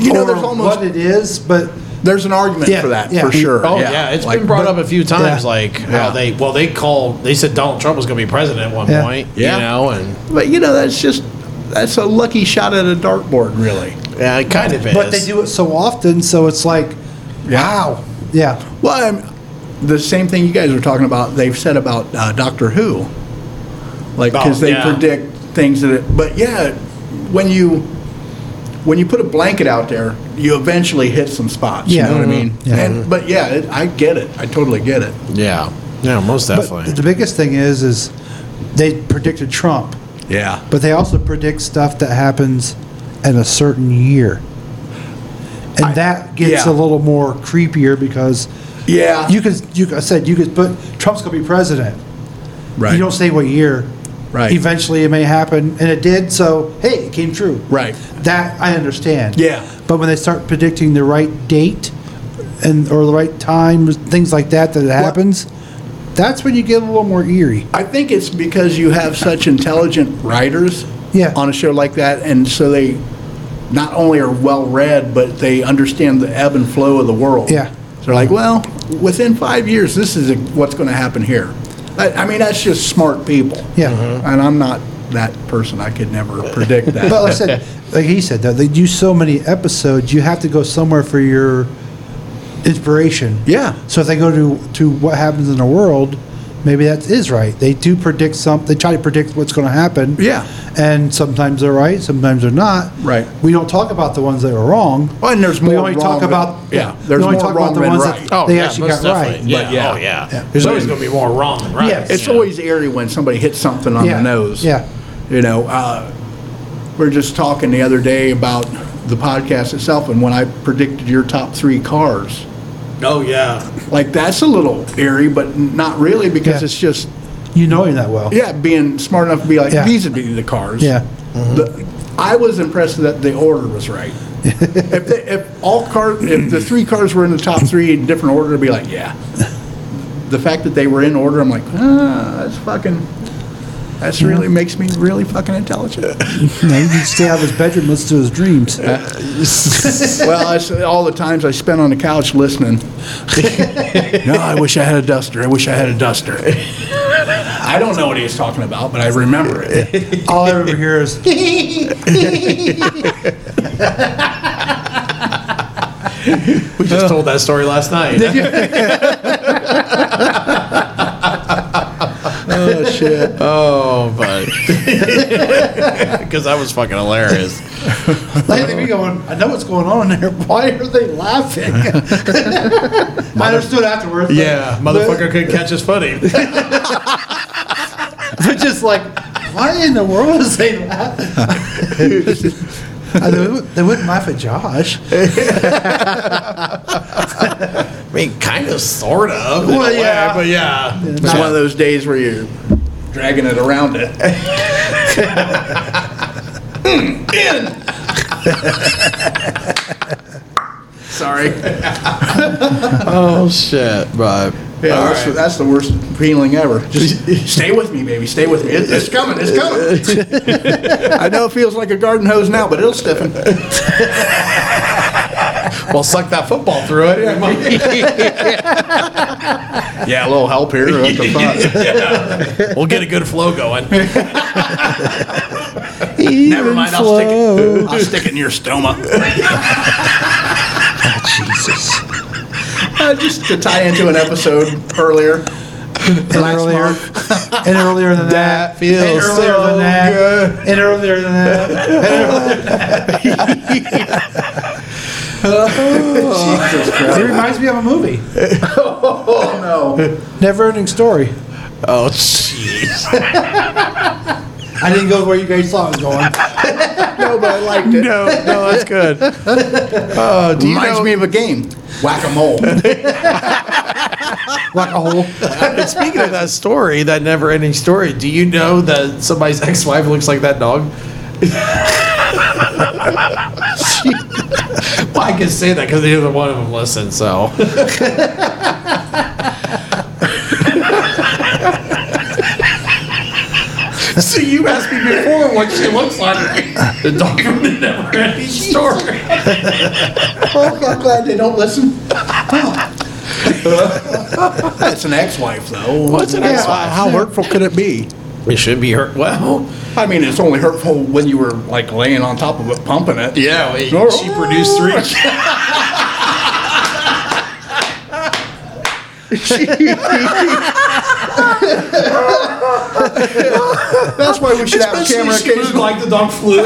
[SPEAKER 3] you know,
[SPEAKER 2] or
[SPEAKER 3] there's almost
[SPEAKER 2] what it is, but
[SPEAKER 3] there's an argument
[SPEAKER 2] Yeah,
[SPEAKER 3] for that
[SPEAKER 2] yeah.
[SPEAKER 3] for sure.
[SPEAKER 1] Oh yeah, it's
[SPEAKER 3] it's like,
[SPEAKER 1] been brought up a few times.
[SPEAKER 2] Yeah.
[SPEAKER 1] Like how
[SPEAKER 3] Yeah.
[SPEAKER 1] they well they called they said Donald Trump was going to be president at one
[SPEAKER 2] Yeah.
[SPEAKER 1] point.
[SPEAKER 3] Yeah.
[SPEAKER 1] you know, and
[SPEAKER 3] but you know, that's just that's a lucky shot at a dartboard, really.
[SPEAKER 1] yeah, it kind of is.
[SPEAKER 2] but they do it so often, so it's like, wow, yeah,
[SPEAKER 3] Well, I'm, the same thing you guys were talking about, they've said about uh, Doctor Who. Like, because
[SPEAKER 1] Oh,
[SPEAKER 3] they
[SPEAKER 1] yeah.
[SPEAKER 3] predict things that, it, but yeah, when you when you put a blanket out there, you eventually hit some spots.
[SPEAKER 2] Yeah. Mm-hmm.
[SPEAKER 3] You know what I mean?
[SPEAKER 2] Yeah.
[SPEAKER 3] And, but yeah, it, I get it. I totally get it.
[SPEAKER 1] Yeah, yeah, most definitely.
[SPEAKER 2] But the biggest thing is, is they predicted Trump,
[SPEAKER 3] Yeah.
[SPEAKER 2] but they also predict stuff that happens in a certain year, and that gets
[SPEAKER 3] yeah.
[SPEAKER 2] a little more creepier because
[SPEAKER 3] Yeah.
[SPEAKER 2] you could, you I said you could, but Trump's gonna be president.
[SPEAKER 3] right.
[SPEAKER 2] You don't say what year.
[SPEAKER 3] Right.
[SPEAKER 2] Eventually, it may happen, and it did. So, hey, it came true.
[SPEAKER 3] Right.
[SPEAKER 2] That I understand.
[SPEAKER 3] Yeah.
[SPEAKER 2] But when they start predicting the right date, and or the right time, things like that, that it happens, that's when you get a little more eerie.
[SPEAKER 3] I think it's because you have such intelligent writers
[SPEAKER 2] Yeah.
[SPEAKER 3] on a show like that, and so they not only are well read, but they understand the ebb and flow of the world.
[SPEAKER 2] Yeah.
[SPEAKER 3] So they're like, well, within five years, this is what's going to happen here. I, I mean, that's just smart people.
[SPEAKER 2] Yeah. Mhm.
[SPEAKER 3] And I'm not that person. I could never predict that.
[SPEAKER 2] But like I said, like he said, though, they do so many episodes, you have to go somewhere for your inspiration.
[SPEAKER 3] Yeah.
[SPEAKER 2] So if they go to to what happens in the world, maybe that is right. They do predict some. They try to predict what's going to happen.
[SPEAKER 3] Yeah.
[SPEAKER 2] And sometimes they're right, sometimes they're not.
[SPEAKER 3] Right.
[SPEAKER 2] We don't talk about the ones that are wrong.
[SPEAKER 3] Well, and there's
[SPEAKER 2] we
[SPEAKER 3] more
[SPEAKER 2] only
[SPEAKER 3] wrong
[SPEAKER 2] talk
[SPEAKER 3] than-
[SPEAKER 2] about
[SPEAKER 3] yeah, there's
[SPEAKER 2] we only
[SPEAKER 3] more
[SPEAKER 2] talk
[SPEAKER 3] wrong
[SPEAKER 2] about the
[SPEAKER 3] than
[SPEAKER 2] ones
[SPEAKER 3] right.
[SPEAKER 2] that Oh. they actually
[SPEAKER 1] Oh, most
[SPEAKER 2] got right.
[SPEAKER 1] definitely. Yeah.
[SPEAKER 3] But yeah.
[SPEAKER 1] Oh yeah.
[SPEAKER 2] Yeah.
[SPEAKER 1] There's always going to be more wrong than right.
[SPEAKER 2] Yes.
[SPEAKER 3] It's always eerie when somebody hits something on
[SPEAKER 2] Yeah.
[SPEAKER 3] the nose.
[SPEAKER 2] Yeah.
[SPEAKER 3] You know, uh, we were just talking the other day about the podcast itself and when I predicted your top three cars.
[SPEAKER 1] Oh yeah.
[SPEAKER 3] Like, that's a little eerie, but not really because
[SPEAKER 2] Yeah.
[SPEAKER 3] it's just,
[SPEAKER 2] You know him that well.
[SPEAKER 3] yeah, being smart enough to be like,
[SPEAKER 2] Yeah.
[SPEAKER 3] these would be the cars.
[SPEAKER 2] Yeah.
[SPEAKER 3] The- I was impressed that the order was right. if, they, if all cars, if the three cars were in the top three in different order, it'd be like, yeah. The fact that they were in order, I'm like, ah, that's fucking. That's really makes me really fucking intelligent.
[SPEAKER 2] You know, he can stay out of his bedroom, listen to his dreams.
[SPEAKER 3] Uh, well, I s all the times I spent on the couch listening. no, I wish I had a duster. I wish I had a duster. I don't know what he was talking about, but I remember it.
[SPEAKER 2] All I remember here is
[SPEAKER 1] We just told that story last night.
[SPEAKER 3] oh shit!
[SPEAKER 1] Oh, but because that was fucking hilarious.
[SPEAKER 4] Like, they be going, I know what's going on there. Why are they laughing? I understood afterwards. but-
[SPEAKER 1] motherfucker couldn't catch his footing.
[SPEAKER 4] They're just like, why in the world is they laughing? they, wouldn't- they wouldn't laugh at Josh.
[SPEAKER 1] I mean, kind of, sort of. in
[SPEAKER 4] Well,
[SPEAKER 1] a way,
[SPEAKER 4] yeah.
[SPEAKER 1] but yeah.
[SPEAKER 3] It's one of those days where you're dragging it around it. Sorry.
[SPEAKER 1] Oh shit, but
[SPEAKER 3] Yeah, that's, the, that's the worst feeling ever. Just stay with me, baby. Stay with me. It, it's coming. It's coming. I know it feels like a garden hose now, but it'll stiffen.
[SPEAKER 1] well, suck that football through it.
[SPEAKER 3] Yeah, a little help here. What the fuck?
[SPEAKER 1] We'll get a good flow going.
[SPEAKER 3] Never mind. I'll stick, it, I'll stick it in your stoma.
[SPEAKER 2] Jesus.
[SPEAKER 3] Uh, just to tie into an episode earlier.
[SPEAKER 2] And earlier, and earlier than that,
[SPEAKER 1] feels
[SPEAKER 2] and earlier
[SPEAKER 1] so
[SPEAKER 2] than that, and earlier than that. It reminds me of a movie,
[SPEAKER 3] Oh no.
[SPEAKER 2] Never Ending Story.
[SPEAKER 1] Oh jeez.
[SPEAKER 2] I didn't go where you guys thought it was going.
[SPEAKER 3] No, but I liked it.
[SPEAKER 1] No, no, that's good. Oh, do you
[SPEAKER 3] Reminds
[SPEAKER 1] know?
[SPEAKER 3] me of a game. Whack a mole.
[SPEAKER 2] Like a hole.
[SPEAKER 1] and speaking of that story, that never-ending story, do you know that somebody's ex-wife looks like that dog? well, I can say that because neither one of them listened. So
[SPEAKER 3] so you asked me
[SPEAKER 1] before what she looks like, the dog from the never-ending story.
[SPEAKER 3] Oh, I'm glad they don't listen. That's an ex-wife, though.
[SPEAKER 1] What's an ex-wife?
[SPEAKER 3] How hurtful could it be?
[SPEAKER 1] It should be hurt. Well,
[SPEAKER 3] I mean, it's only hurtful when you were like laying on top of it, pumping it.
[SPEAKER 1] yeah, wait,
[SPEAKER 3] Oh.
[SPEAKER 1] she produced three. kids.
[SPEAKER 3] That's why we should have a camera
[SPEAKER 1] Especially she looked
[SPEAKER 3] occasionally.
[SPEAKER 1] like the dog flew.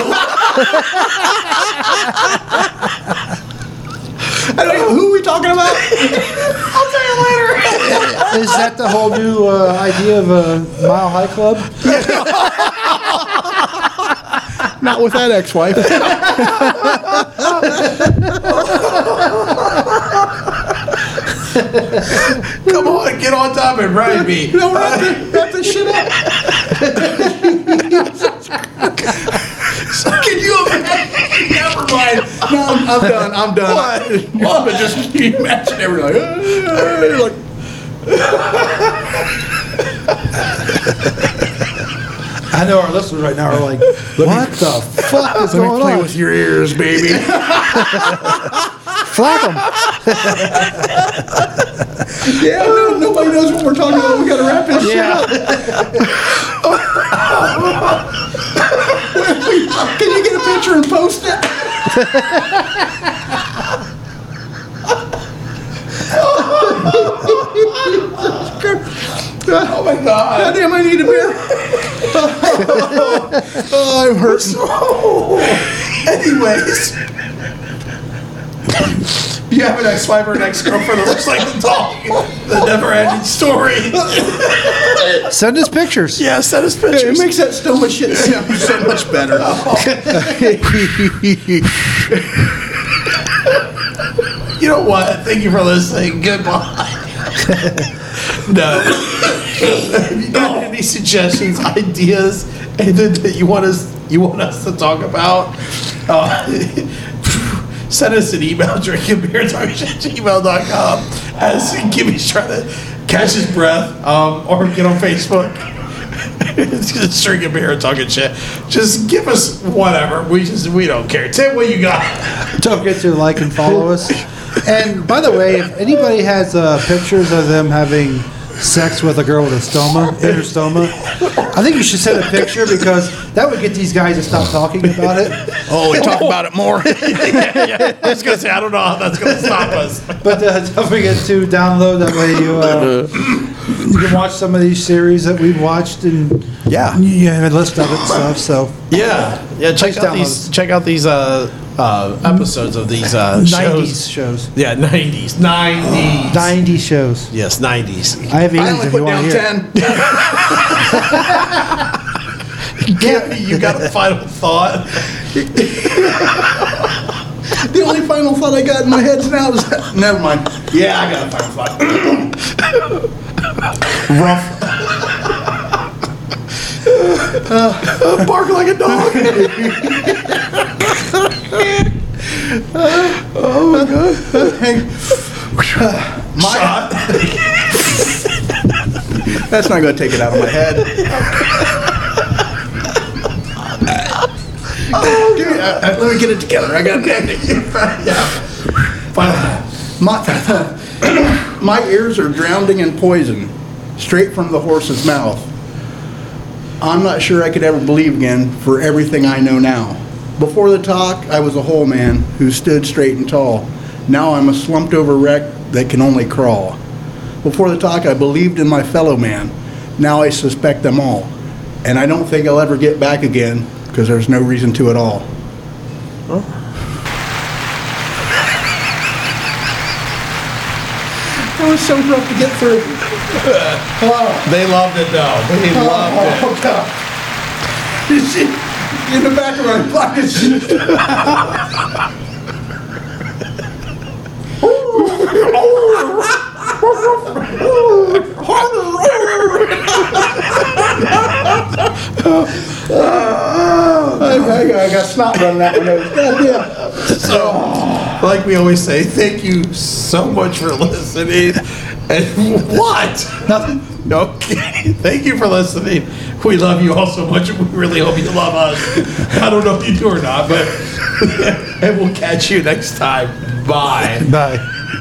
[SPEAKER 3] I don't know who are we talking about.
[SPEAKER 2] Is that the whole new uh, idea of a Mile High Club?
[SPEAKER 3] Not with that ex-wife.
[SPEAKER 1] Come on, get on top and ride me.
[SPEAKER 3] No, wrap, the, wrap this shit up. Can you imagine? Never mind. No, I'm, I'm done. I'm done. What? But just can you imagine everyone like, "Ah," like,
[SPEAKER 2] I know our listeners right now are like, what the fuck is going on?
[SPEAKER 3] with your ears, baby.
[SPEAKER 2] Flap 'em.
[SPEAKER 3] yeah, no, nobody knows what we're talking about. We gotta wrap this shit up. Can you get a picture and post it? oh my god. God damn, I need a beer. oh, I'm hurting. Anyways.
[SPEAKER 1] you have an ex-wife or an ex-girlfriend that looks like the dog? The never-ending story.
[SPEAKER 2] Send us pictures.
[SPEAKER 1] Yeah, send us pictures.
[SPEAKER 3] It makes that so much shit sound so much better.
[SPEAKER 1] You know what? Thank you for listening. Goodbye. no. if you got any suggestions, ideas, anything that you want us you want us to talk about, uh, send us an email, drinkingbeertalkshit@gmail.com. As Kimmy's trying to catch his breath, um, or get on Facebook. it's just drinking beer and talking shit. Just give us whatever. We just we don't care. Tim, what you got?
[SPEAKER 2] Don't forget to like and follow us. And by the way, if anybody has uh, pictures of them having sex with a girl with a stoma, inner stoma, I think you should send a picture because that would get these guys to stop talking about it.
[SPEAKER 3] Oh, we talk about it more.
[SPEAKER 1] I was gonna say I don't know how that's gonna stop us.
[SPEAKER 2] But uh, don't forget to download. That way you uh, you can watch some of these series that we've watched and
[SPEAKER 3] Yeah.
[SPEAKER 2] you have a list of it and stuff. So
[SPEAKER 1] Yeah, yeah. Check
[SPEAKER 2] Please
[SPEAKER 1] out
[SPEAKER 2] download
[SPEAKER 1] these.
[SPEAKER 2] us.
[SPEAKER 1] Check out these uh, uh, episodes of these uh,
[SPEAKER 2] nineties
[SPEAKER 1] shows.
[SPEAKER 2] shows,
[SPEAKER 1] Yeah, nineties, nineties.
[SPEAKER 2] nineties shows.
[SPEAKER 1] Yes, nineties.
[SPEAKER 2] I have
[SPEAKER 3] I
[SPEAKER 2] ears
[SPEAKER 3] only
[SPEAKER 2] if you
[SPEAKER 3] put
[SPEAKER 2] want
[SPEAKER 3] down
[SPEAKER 2] to hear.
[SPEAKER 3] 10.
[SPEAKER 1] Gabby, you got a final thought?
[SPEAKER 3] The only final thought I got in my head now is that. Never mind.
[SPEAKER 1] Yeah, I got a final thought.
[SPEAKER 3] Rough.
[SPEAKER 1] Bark like a dog.
[SPEAKER 3] Oh, My, That's not going to take it out of my head. Give me- uh, uh, let me get it together. I got an ending. My, my ears are drowning in poison, straight from the horse's mouth. I'm not sure I could ever believe again for everything I know now. Before the talk, I was a whole man who stood straight and tall. Now I'm a slumped over wreck that can only crawl. Before the talk, I believed in my fellow man. Now I suspect them all. And I don't think I'll ever get back again because there's no reason to at all. That was so rough to get through.
[SPEAKER 1] They loved it though. They loved it.
[SPEAKER 3] Oh, God. You see, in the back of my pocket. Oh, oh. I, I, I got snot running out my nose. Goddamn.
[SPEAKER 1] So, like we always say, thank you so much for listening. And what? Nothing. Okay. Thank you for listening. We love you all so much. We really hope you love us. I don't know if you do or not, but and we'll catch you next time. Bye.
[SPEAKER 2] Bye.